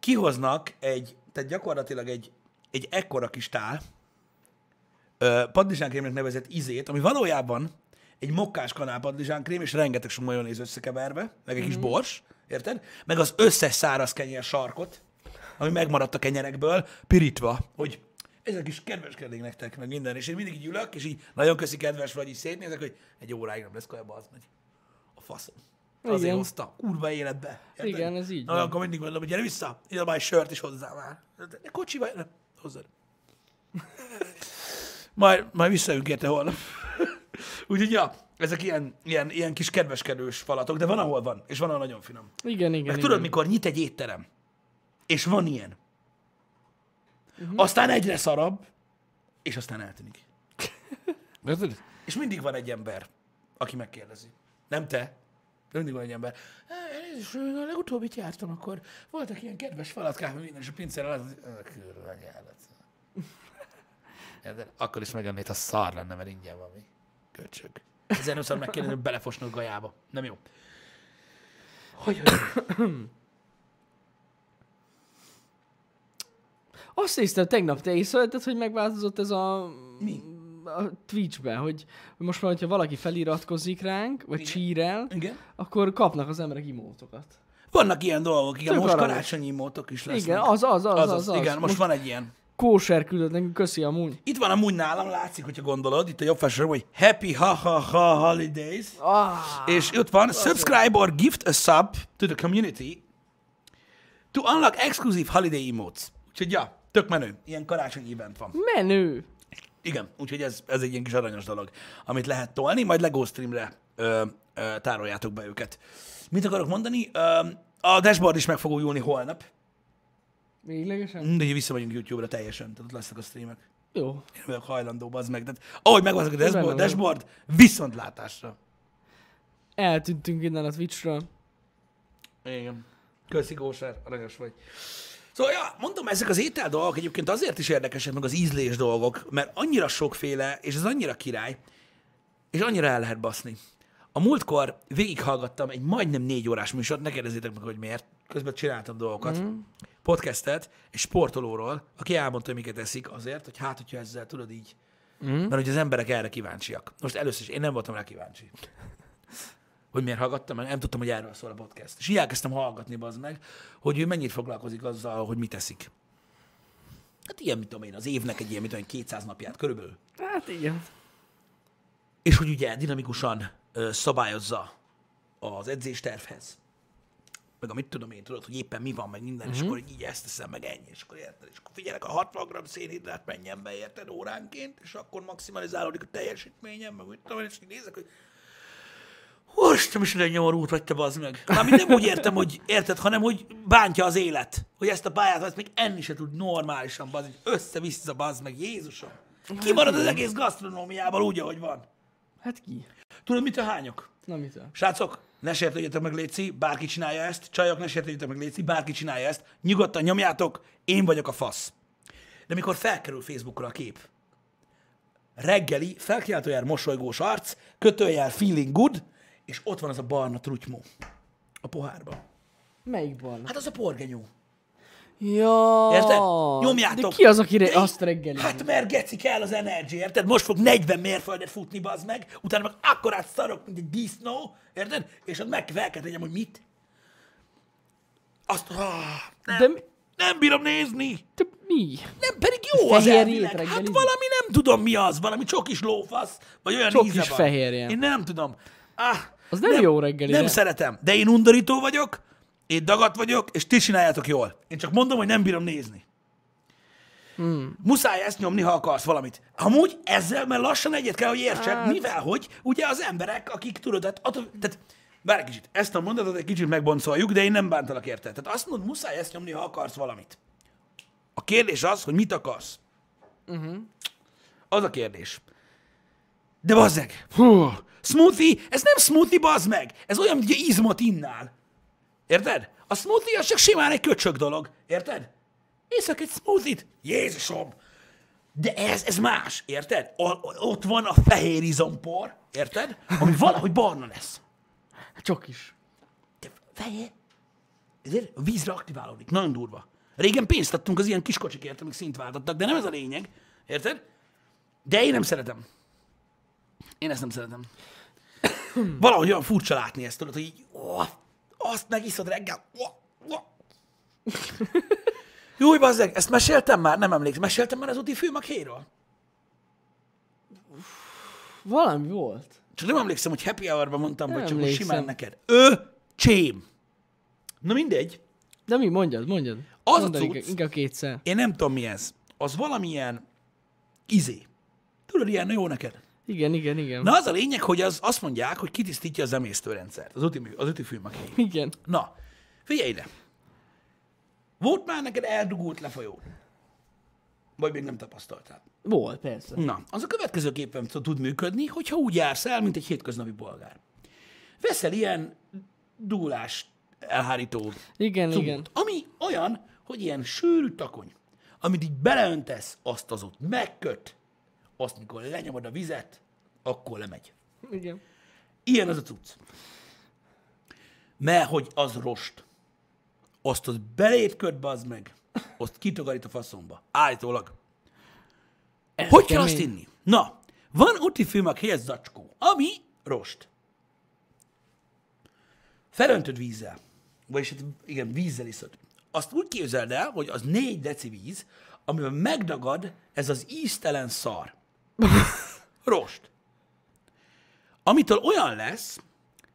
Speaker 1: kihoznak egy, tehát gyakorlatilag egy, egy ekkora kis tál, ö, padlizsánkrémnek nevezett izét, ami valójában egy mokkás kanál padlizsánkrém, és rengeteg sok majonéz összekeverve, meg egy kis bors, érted? Meg az összes száraz kenyér sarkot, ami megmaradt a kenyerekből, pirítva, hogy ezek is kedveskednék nektek, meg minden. És én mindig így ülök, és így nagyon köszi kedves vagy, így szétnézek, hogy egy óráig nem lesz kaja, bazd meg. A faszom. Azért
Speaker 2: Igen.
Speaker 1: hozta, kurva életbe. érted?
Speaker 2: Igen, ez így
Speaker 1: Na,
Speaker 2: van.
Speaker 1: akkor mindig mondom, hogy gyere vissza, ide már egy sört is hozzá már. Hát, De kocsival, nem, hozzád. <laughs> Majd, majd visszajövünk érte holnap. <laughs> Úgyhogy, ja, ezek ilyen, ilyen, ilyen kis kedveskedős falatok, de van, ahol van, és van, ahol nagyon finom.
Speaker 2: Igen, igen,
Speaker 1: Meg
Speaker 2: igen.
Speaker 1: tudod, mikor nyit egy étterem, és van ilyen. Uh-huh. Aztán egyre szarabb, és aztán eltűnik. <laughs> Érted? és mindig van egy ember, aki megkérdezi. Nem te, de mindig van egy ember. "Á, Elnézést, a legutóbbit jártam, akkor voltak ilyen kedves falatkák, meg minden, és a pincérrel az, "Ö, kurva nyálat. Érted? Akkor is megemlít, a szar lenne, mert ingyen van mi. Köcsög. Ezzel nem szabad megkérdezni, hogy belefosnak gajába. Nem jó. Hogy, hogy
Speaker 2: Azt néztem, tegnap te is szóltad, hogy megváltozott ez a...
Speaker 1: Mi?
Speaker 2: A Twitch-be, hogy most már, hogyha valaki feliratkozik ránk, vagy
Speaker 1: Igen.
Speaker 2: csírel,
Speaker 1: Igen.
Speaker 2: akkor kapnak az emberek imótokat.
Speaker 1: Vannak ilyen dolgok, igen,
Speaker 2: Tök
Speaker 1: most
Speaker 2: aranyos.
Speaker 1: karácsonyi mótok is lesznek.
Speaker 2: Igen, az, az, az, az, az.
Speaker 1: igen, most, most van egy ilyen.
Speaker 2: Kóser küldött nekünk, köszi amúgy.
Speaker 1: Itt van amúgy nálam, látszik, hogyha gondolod, itt a jobb felső, hogy Happy Ha Ha Ha Holidays,
Speaker 2: Ah,
Speaker 1: és ott van Subscribe or gift a sub to the community to unlock exclusive holiday emotes. Úgyhogy ja, tök menő. Ilyen karácsonyi event van.
Speaker 2: menő.
Speaker 1: Igen, úgyhogy ez, ez egy ilyen kis aranyos dolog, amit lehet tolni, majd LEGO streamre ö, ö, tároljátok be őket. Mit akarok mondani? Ö, a dashboard is meg fog újulni holnap.
Speaker 2: Véglegesen?
Speaker 1: De ugye visszamegyünk YouTube-ra teljesen, tehát ott lesznek a streamek.
Speaker 2: Jó.
Speaker 1: Én vagyok hajlandó, az meg. Tehát, ahogy megváltozik a
Speaker 2: Benne
Speaker 1: dashboard,
Speaker 2: vagyok.
Speaker 1: dashboard viszontlátásra.
Speaker 2: Eltűntünk innen a Twitchről.
Speaker 1: Igen. Köszi, Gósár, aranyos vagy. Szóval, ja, mondom, ezek az étel dolgok egyébként azért is érdekesek, meg az ízlés dolgok, mert annyira sokféle, és ez annyira király, és annyira el lehet baszni. A múltkor végighallgattam egy majdnem négy órás műsort, ne kérdezzétek meg, hogy miért. Közben csináltam dolgokat. Mm. Podcastet egy sportolóról, aki elmondta, hogy miket eszik azért, hogy hát, hogyha ezzel tudod így. Mm. Mert hogy az emberek erre kíváncsiak. Most először is én nem voltam rá kíváncsi. hogy miért hallgattam, mert nem tudtam, hogy erről szól a podcast. És így elkezdtem hallgatni, bazd meg, hogy ő mennyit foglalkozik azzal, hogy mit eszik. Hát ilyen, mit tudom én, az évnek egy ilyen, mit tudom én, 200 napját körülbelül.
Speaker 2: Hát igen.
Speaker 1: És hogy ugye dinamikusan ö, szabályozza az edzéstervhez. Meg amit tudom én, tudod, hogy éppen mi van, meg minden, mm-hmm. és akkor így ezt teszem, meg ennyi, és akkor érted, és akkor figyelek, a 60 g szénhidrát hát menjen be, érted, óránként, és akkor maximalizálódik a teljesítményem, meg úgy tudom, én, és így nézek, hogy Úristen, is egy nyomorút vagy te bazd meg. Mármint nem úgy értem, hogy érted, hanem hogy bántja az élet, hogy ezt a pályát, ezt még enni se tud normálisan, bazd, meg, össze-vissza, bazd meg, Jézusom. Kimarad az egész gasztronómiában úgy, ahogy van.
Speaker 2: Hát ki?
Speaker 1: Tudod, mit a hányok?
Speaker 2: Na mitől?
Speaker 1: Srácok, ne sértődjetek meg, Léci, bárki csinálja ezt. Csajok, ne sértődjetek meg, Léci, bárki csinálja ezt. Nyugodtan nyomjátok, én vagyok a fasz. De mikor felkerül Facebookra a kép, reggeli, felkiáltójár mosolygós arc, kötőjár feeling good, és ott van az a barna trutymó a pohárban.
Speaker 2: Melyikben?
Speaker 1: Hát az a porgenyó.
Speaker 2: Ja.
Speaker 1: Érted? Nyomjátok.
Speaker 2: De ki az, aki re-
Speaker 1: De-
Speaker 2: azt reggeli?
Speaker 1: Hát mert geci kell az energy, érted? Most fog 40 mérföldet futni, bazd meg, utána meg akkorát szarok, mint egy disznó, érted? És ott meg fel kell tegyem, hogy mit. Azt, ah, nem,
Speaker 2: De mi-
Speaker 1: nem bírom nézni.
Speaker 2: Te mi?
Speaker 1: Nem, pedig jó az
Speaker 2: Fehérjét
Speaker 1: elvileg. Hát
Speaker 2: reggelizni?
Speaker 1: valami nem tudom mi az, valami csokis lófasz, vagy olyan
Speaker 2: Csokis
Speaker 1: íze van.
Speaker 2: fehérje.
Speaker 1: Én nem tudom. Ah,
Speaker 2: Az nem jó reggelire.
Speaker 1: Nem szeretem, de én undorító vagyok, én dagat vagyok, és ti csináljátok jól. Én csak mondom, hogy nem bírom nézni. Hmm. Muszáj ezt nyomni, ha akarsz valamit. Amúgy ezzel, mert lassan egyet kell, hogy értsek, hát. mivel hogy ugye az emberek, akik tudod, tehát, attól, tehát bár egy kicsit, ezt a mondatot egy kicsit megboncoljuk, de én nem bántalak érte. Tehát azt mondod, muszáj ezt nyomni, ha akarsz valamit. A kérdés az, hogy mit akarsz. Uh-huh. Az a kérdés. De bazzeg! Hú! Smoothie, ez nem smoothie, bazd meg! Ez olyan, mint hogy izmot innál. Érted? A smoothie az csak simán egy köcsög dolog. Érted? Észak egy smoothie-t. Jézusom! De ez, ez más, érted? A, a- ott van a fehér izompor, érted? Ami valahogy barna lesz.
Speaker 2: hát Csak is.
Speaker 1: De fehér. Ezért a vízre aktiválódik. Nagyon durva. Régen pénzt adtunk az ilyen kis kocsikért, amik szint váltottak, de nem ez a lényeg. Érted? De én nem szeretem. Én ezt nem szeretem. <coughs> Valahogy olyan furcsa látni ezt, tudod, hogy így, ó, azt megiszod reggel. Ó,
Speaker 2: <coughs>
Speaker 1: ó. Júj, bazzeg, ezt meséltem már? Nem emlékszem. Meséltem már az úti főmakéről?
Speaker 2: Valami volt.
Speaker 1: Csak nem emlékszem, hogy happy hour-ban mondtam,
Speaker 2: Nem
Speaker 1: vagy csak most simán
Speaker 2: emlékszem.
Speaker 1: neked. Ő csém. Na mindegy.
Speaker 2: De mi? Mondjad, mondjad.
Speaker 1: Az a
Speaker 2: Mondd el
Speaker 1: cucc-
Speaker 2: inkább- Inkább kétszer.
Speaker 1: Én nem tudom, mi ez. Az valamilyen izé. Tudod, ilyen jó neked.
Speaker 2: Igen, igen, igen.
Speaker 1: Na az a lényeg, hogy az, azt mondják, hogy kitisztítja az emésztőrendszert, az üti, az ütifűmakéi.
Speaker 2: Igen.
Speaker 1: Na, figyelj ide. Volt már neked eldugult lefolyó? Vagy még nem tapasztaltál?
Speaker 2: Volt, persze.
Speaker 1: Na, az a következőképpen tud tud működni, hogyha úgy jársz el, mint egy hétköznapi bolgár. Veszel ilyen dúlás elhárító
Speaker 2: Igen,
Speaker 1: cuccot,
Speaker 2: igen.
Speaker 1: ami olyan, hogy ilyen sűrű takony, amit így beleöntesz, azt az ott megköt, azt mikor lenyomod a vizet, akkor lemegy.
Speaker 2: Igen.
Speaker 1: Ilyen az a cucc. Mert hogy az rost. Azt ott beléd köt, bazd meg, azt kitakarít a faszomba. Állítólag.
Speaker 2: Ez
Speaker 1: Hogy kell azt
Speaker 2: kemény.
Speaker 1: inni? Na, van úti filmek helyez zacskó, ami rost. Felöntöd vízzel, vagyis hát igen, vízzel iszod. Azt úgy képzeld el, hogy az négy deci víz, amiben megdagad ez az íztelen
Speaker 2: <laughs>
Speaker 1: szar. Rost. Amitől olyan lesz,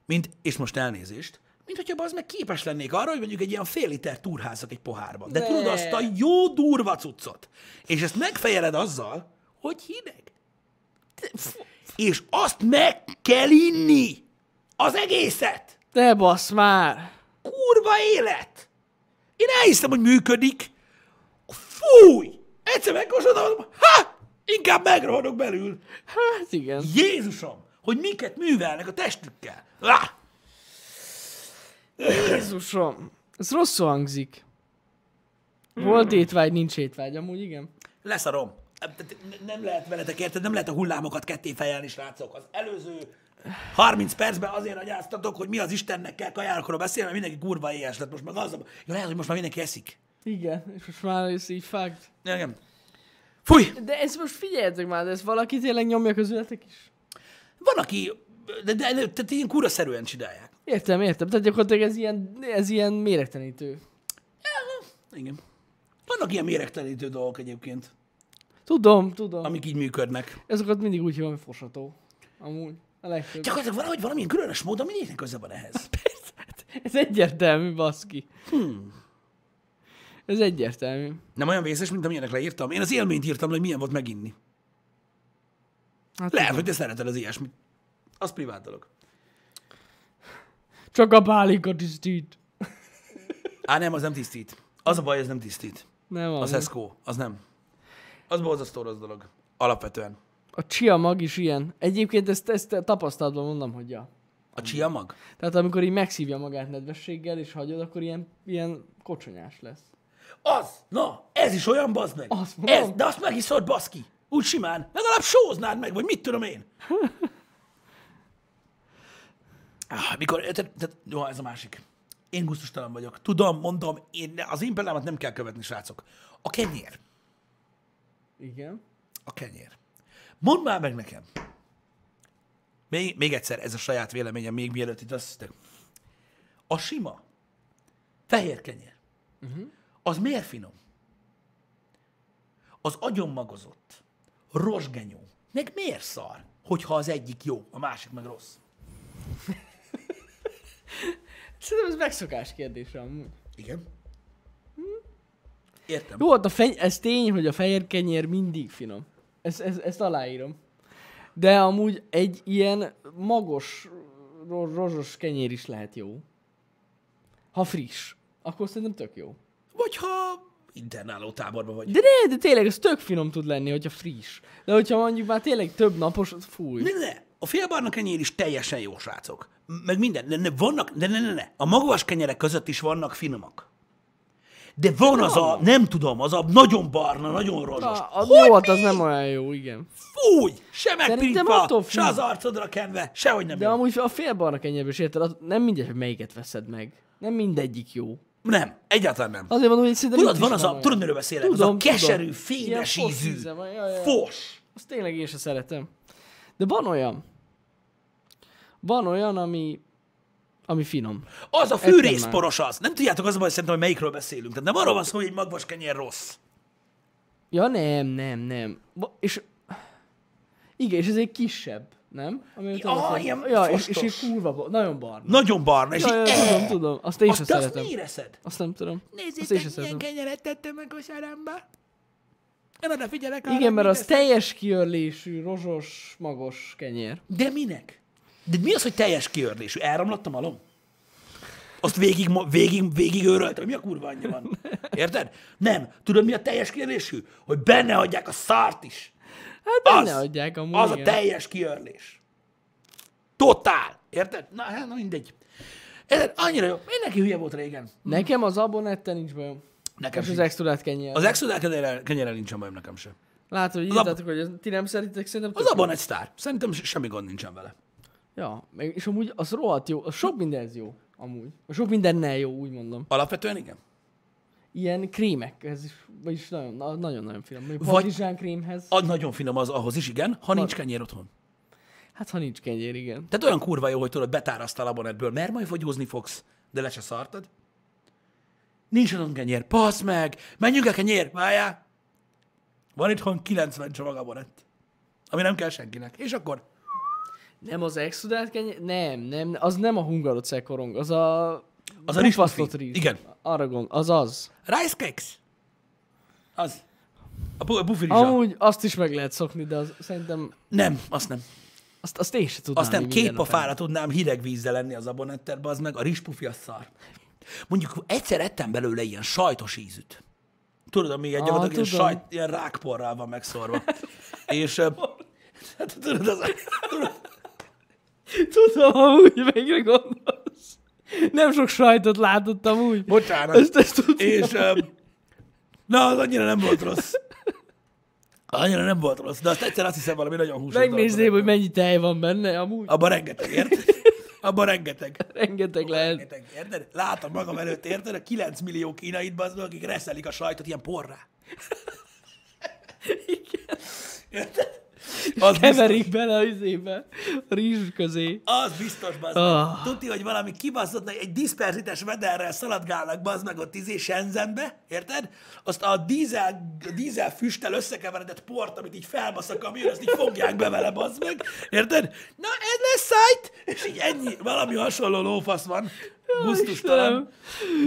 Speaker 1: mint, és most elnézést, mint hogyha az meg képes lennék arra, hogy mondjuk egy ilyen fél liter turházak egy pohárban. De
Speaker 2: Ne.
Speaker 1: tudod azt a jó durva cuccot. És ezt megfejeled azzal, hogy hideg. És azt meg kell inni. Az egészet.
Speaker 2: Te basz már!
Speaker 1: Kurva élet. Én elhiszem, hogy működik. Fúj! Egyszer megkóstoltam, ha! Inkább megrohanok belül.
Speaker 2: Hát igen.
Speaker 1: Jézusom, hogy miket művelnek a testükkel. Lá!
Speaker 2: Jézusom! Ez rosszul hangzik. Volt étvágy, nincs étvágy, amúgy igen.
Speaker 1: Leszarom. Tehát ne- Nem lehet veletek érted, nem lehet a hullámokat ketté fejelni, srácok. Az előző 30 percben azért agyáztatok, hogy mi az Istennek kell kajárokról beszélni, mert mindenki kurva éhes lett. Most meg az, jó, lehet, hogy most már mindenki eszik.
Speaker 2: Igen, és most már ez így fakt.
Speaker 1: Igen. Fúj!
Speaker 2: De ezt most figyeljetek már, de ezt valaki tényleg nyomja közületek is.
Speaker 1: Van, aki de, de, de tehát ilyen kuraszerűen csinálják.
Speaker 2: Értem, értem. Tehát gyakorlatilag ez ilyen, ez ilyen méregtenítő.
Speaker 1: Igen. Vannak ilyen méregtelenítő dolgok egyébként,
Speaker 2: Tudom, tudom. Ami...
Speaker 1: amik így működnek.
Speaker 2: Azokat mindig úgy hívom, hogy fosató. Amúgy. A legtöbb.
Speaker 1: Gyakorlatilag valahogy valamilyen különös módon mindenkinek köze van ehhez.
Speaker 2: Persze, hát ez egyértelmű, baszki. Hmm. Ez egyértelmű.
Speaker 1: Nem olyan vészes, mint amilyenek leírtam. Én az élményt írtam, le, hogy milyen volt meginni.
Speaker 2: Hát
Speaker 1: Lehet, hogy te szereted az ilyesmit. Az privát dolog.
Speaker 2: Csak a pálinka tisztít.
Speaker 1: Á, nem, az nem tisztít. Az a baj, ez nem tisztít.
Speaker 2: Nem
Speaker 1: Az
Speaker 2: az. Ez...
Speaker 1: eszkó, az nem. Az borzasztó rossz dolog. Alapvetően.
Speaker 2: A chia mag is ilyen. Egyébként ezt, ezt tapasztalatban mondom, hogy ja.
Speaker 1: A chia mag?
Speaker 2: Tehát amikor így megszívja magát nedvességgel, és hagyod, akkor ilyen, ilyen kocsonyás lesz.
Speaker 1: Az! Na, ez is olyan, bazd meg!
Speaker 2: Azt mondom.
Speaker 1: ez, de azt megiszod, baszki! Úgy simán. Legalább sóznád meg, vagy mit tudom én. Ah, Mikor, tehát, tehát, jó, ez a másik. Én gusztustalan vagyok. Tudom, mondom, én, ne- az én példámat nem kell követni, srácok. A kenyér.
Speaker 2: Igen.
Speaker 1: A kenyér. Mondd már meg nekem. Még, még egyszer, ez a saját véleményem, még mielőtt itt azt hisztek. A sima, fehér kenyér, uh-huh. az miért finom? Az agyonmagozott, rozsgenyó, meg miért szar, hogyha az egyik jó, a másik meg rossz?
Speaker 2: Szerintem ez megszokás kérdése amúgy.
Speaker 1: Igen. Értem.
Speaker 2: Jó, hát a feny- ez tény, hogy a fehér kenyér mindig finom. Ezt, ezt, ezt aláírom. De amúgy egy ilyen magos, ro- rozsos kenyér is lehet jó. Ha friss, akkor szerintem tök jó.
Speaker 1: Vagy ha internáló táborban vagy.
Speaker 2: De ne, de tényleg ez tök finom tud lenni, hogyha friss. De hogyha mondjuk már tényleg több napos, az fúj.
Speaker 1: Ne, ne, ne. A félbarna kenyér is teljesen jó, srácok. M- Meg minden. Ne, ne, vannak, de ne, ne, ne. A magvas kenyerek között is vannak finomak. De van az a, nem tudom, az a nagyon barna, nagyon rozsos.
Speaker 2: A, a
Speaker 1: Hogy
Speaker 2: jó, hát
Speaker 1: mi?
Speaker 2: az nem olyan jó, igen.
Speaker 1: Fúj! Se
Speaker 2: Szerintem
Speaker 1: megpirítva,
Speaker 2: attól
Speaker 1: se
Speaker 2: függ.
Speaker 1: az arcodra kenve, sehogy nem
Speaker 2: De
Speaker 1: jó.
Speaker 2: amúgy a félbarna kenyérből is érted, az- nem mindegy, hogy melyiket veszed meg. Nem mindegyik jó.
Speaker 1: Nem, egyáltalán nem.
Speaker 2: Azért mondom, hogy szerintem
Speaker 1: Tudod,
Speaker 2: itt
Speaker 1: van
Speaker 2: is
Speaker 1: az a,
Speaker 2: olyan.
Speaker 1: tudod, miről beszélek? az
Speaker 2: Tudom,
Speaker 1: a keserű,
Speaker 2: tudom. Ilyen
Speaker 1: féles
Speaker 2: fos
Speaker 1: ízű,
Speaker 2: íze van, jaj, jaj.
Speaker 1: fos.
Speaker 2: Azt tényleg én se szeretem. De van olyan. Van olyan, ami, ami finom.
Speaker 1: Az a
Speaker 2: Ettem már.
Speaker 1: fűrészporos az. Nem tudjátok az a baj, szerintem, hogy melyikről beszélünk. Tehát nem arról van szó, hogy egy magvas kenyér rossz.
Speaker 2: Ja nem, nem, nem. Ba- és igen, és ez egy kisebb, nem? Ami ott
Speaker 1: Ah,
Speaker 2: van.
Speaker 1: ilyen
Speaker 2: ja, és, és így
Speaker 1: fostos.
Speaker 2: kurva, ba- nagyon barna.
Speaker 1: Nagyon barna, és
Speaker 2: Ja, ja,
Speaker 1: így, eh,
Speaker 2: tudom, tudom. Azt én sem
Speaker 1: azt, te azt
Speaker 2: szeretem.
Speaker 1: miért eszed?
Speaker 2: Azt nem tudom. Azt én sem
Speaker 1: Nézzétek, milyen
Speaker 2: szeretem.
Speaker 1: kenyeret tettem meg a saramba. Én oda figyelek arra,
Speaker 2: Igen, mert
Speaker 1: mit
Speaker 2: az
Speaker 1: eszek.
Speaker 2: teljes kiörlésű, rozsos, magos kenyér.
Speaker 1: De minek? De mi az, hogy teljes kiörlésű? Elromlott a malom? Azt végig, ma- végig, végig őröltem. Mi a kurva anyja van? Érted? Nem. Tudod, mi a teljes kiörlésű? Hogy benne hagyják a szárt is.
Speaker 2: Hát
Speaker 1: Az,
Speaker 2: benne adják amúgy.
Speaker 1: az a
Speaker 2: igen.
Speaker 1: teljes kiörlés. Totál. Érted? Na, hát, na mindegy. Érted? Annyira jó. Mindenki hülye volt régen.
Speaker 2: Nekem az abonette nincs bajom.
Speaker 1: Nekem
Speaker 2: És az
Speaker 1: sincs.
Speaker 2: extrudát kenyér.
Speaker 1: Az exodál kenyerrel, kenyerrel nincsen bajom, nekem sem.
Speaker 2: Látod, hogy
Speaker 1: ab-
Speaker 2: írtátok, hogy ez- ti nem szeretitek, szerintem
Speaker 1: Az abban egy sztár. Szerintem se- semmi gond nincsen vele.
Speaker 2: Ja, meg- és amúgy az rohadt jó, az sok mindenhez jó, amúgy. A sok mindennel jó, úgy mondom.
Speaker 1: Alapvetően igen.
Speaker 2: Ilyen krémek, ez is, vagyis nagyon, na- nagyon-nagyon finom. Vagy partizsán krémhez.
Speaker 1: Az nagyon finom az ahhoz is, igen, ha nincs kenyér otthon.
Speaker 2: Hát ha nincs kenyér, igen.
Speaker 1: Tehát olyan kurva jó, hogy tudod, betárasztál abonetből, mert majd fogyózni fogsz, de le se szartad. Nincs otthon kenyér, passz meg, menjünk el kenyér, várjál. Van itthon 90 csomag abonett, ami nem kell senkinek. És akkor
Speaker 2: Nem az exudált kenyér? Nem, nem, az nem a hungarocel korong, az a...
Speaker 1: Az a rizs
Speaker 2: puffasztott
Speaker 1: pufi.
Speaker 2: rizs.
Speaker 1: Igen.
Speaker 2: Arra gond, az az.
Speaker 1: rice cakes. Az. A, bu- a bufirizsa.
Speaker 2: Amúgy azt is meg lehet szokni, de az, szerintem
Speaker 1: Nem, azt nem.
Speaker 2: azt, azt én sem tudnám.
Speaker 1: Azt nem,
Speaker 2: így
Speaker 1: két
Speaker 2: minden nap
Speaker 1: pofára tudnám hideg vízzel lenni az abonetterbe, az meg a rizspufi a szar. Mondjuk egyszer ettem belőle ilyen sajtos ízűt. Tudod, ami egy
Speaker 2: Ah,
Speaker 1: gyakorlatilag ilyen,
Speaker 2: tudom.
Speaker 1: sajt, ilyen rákporral van megszorva. És ö, hát tudod, az, tudod,
Speaker 2: enni. Tudom, amúgy melyikre gondolsz. Nem sok sajtot látottam úgy.
Speaker 1: bocsánat.
Speaker 2: Ezt, ezt tudtam.
Speaker 1: és ö, na, az annyira nem volt rossz. Annyira nem volt rossz, de azt egyszer azt hiszem valami nagyon húsos.
Speaker 2: Megnézném,
Speaker 1: dolgot
Speaker 2: hogy mennyi tej van benne, amúgy
Speaker 1: ettem. Abban rengeteg, érted? Abban rengeteg.
Speaker 2: rengeteg lehet.
Speaker 1: Rengeteg, érted? Látom magam előtt, érted? A 9 millió kínait bazd meg, akik reszelik a sajtot ilyen porrá. Érted? Az
Speaker 2: Keverik bele a izébe, a rizs közé.
Speaker 1: Az biztos, bazd meg.
Speaker 2: Ah.
Speaker 1: Tudti, hogy valami kibaszott, nagy- egy disperzites mederrel szaladgálnak, bazd meg ott izé Shenzhenbe, érted? Azt a dízel, a dízel füsttel összekeveredett port, amit így felbasz a kamion, azt így fogják be vele, bazd meg, érted? Na, ez lesz szájt! És így ennyi, valami hasonló lófasz van. Gusztustalan.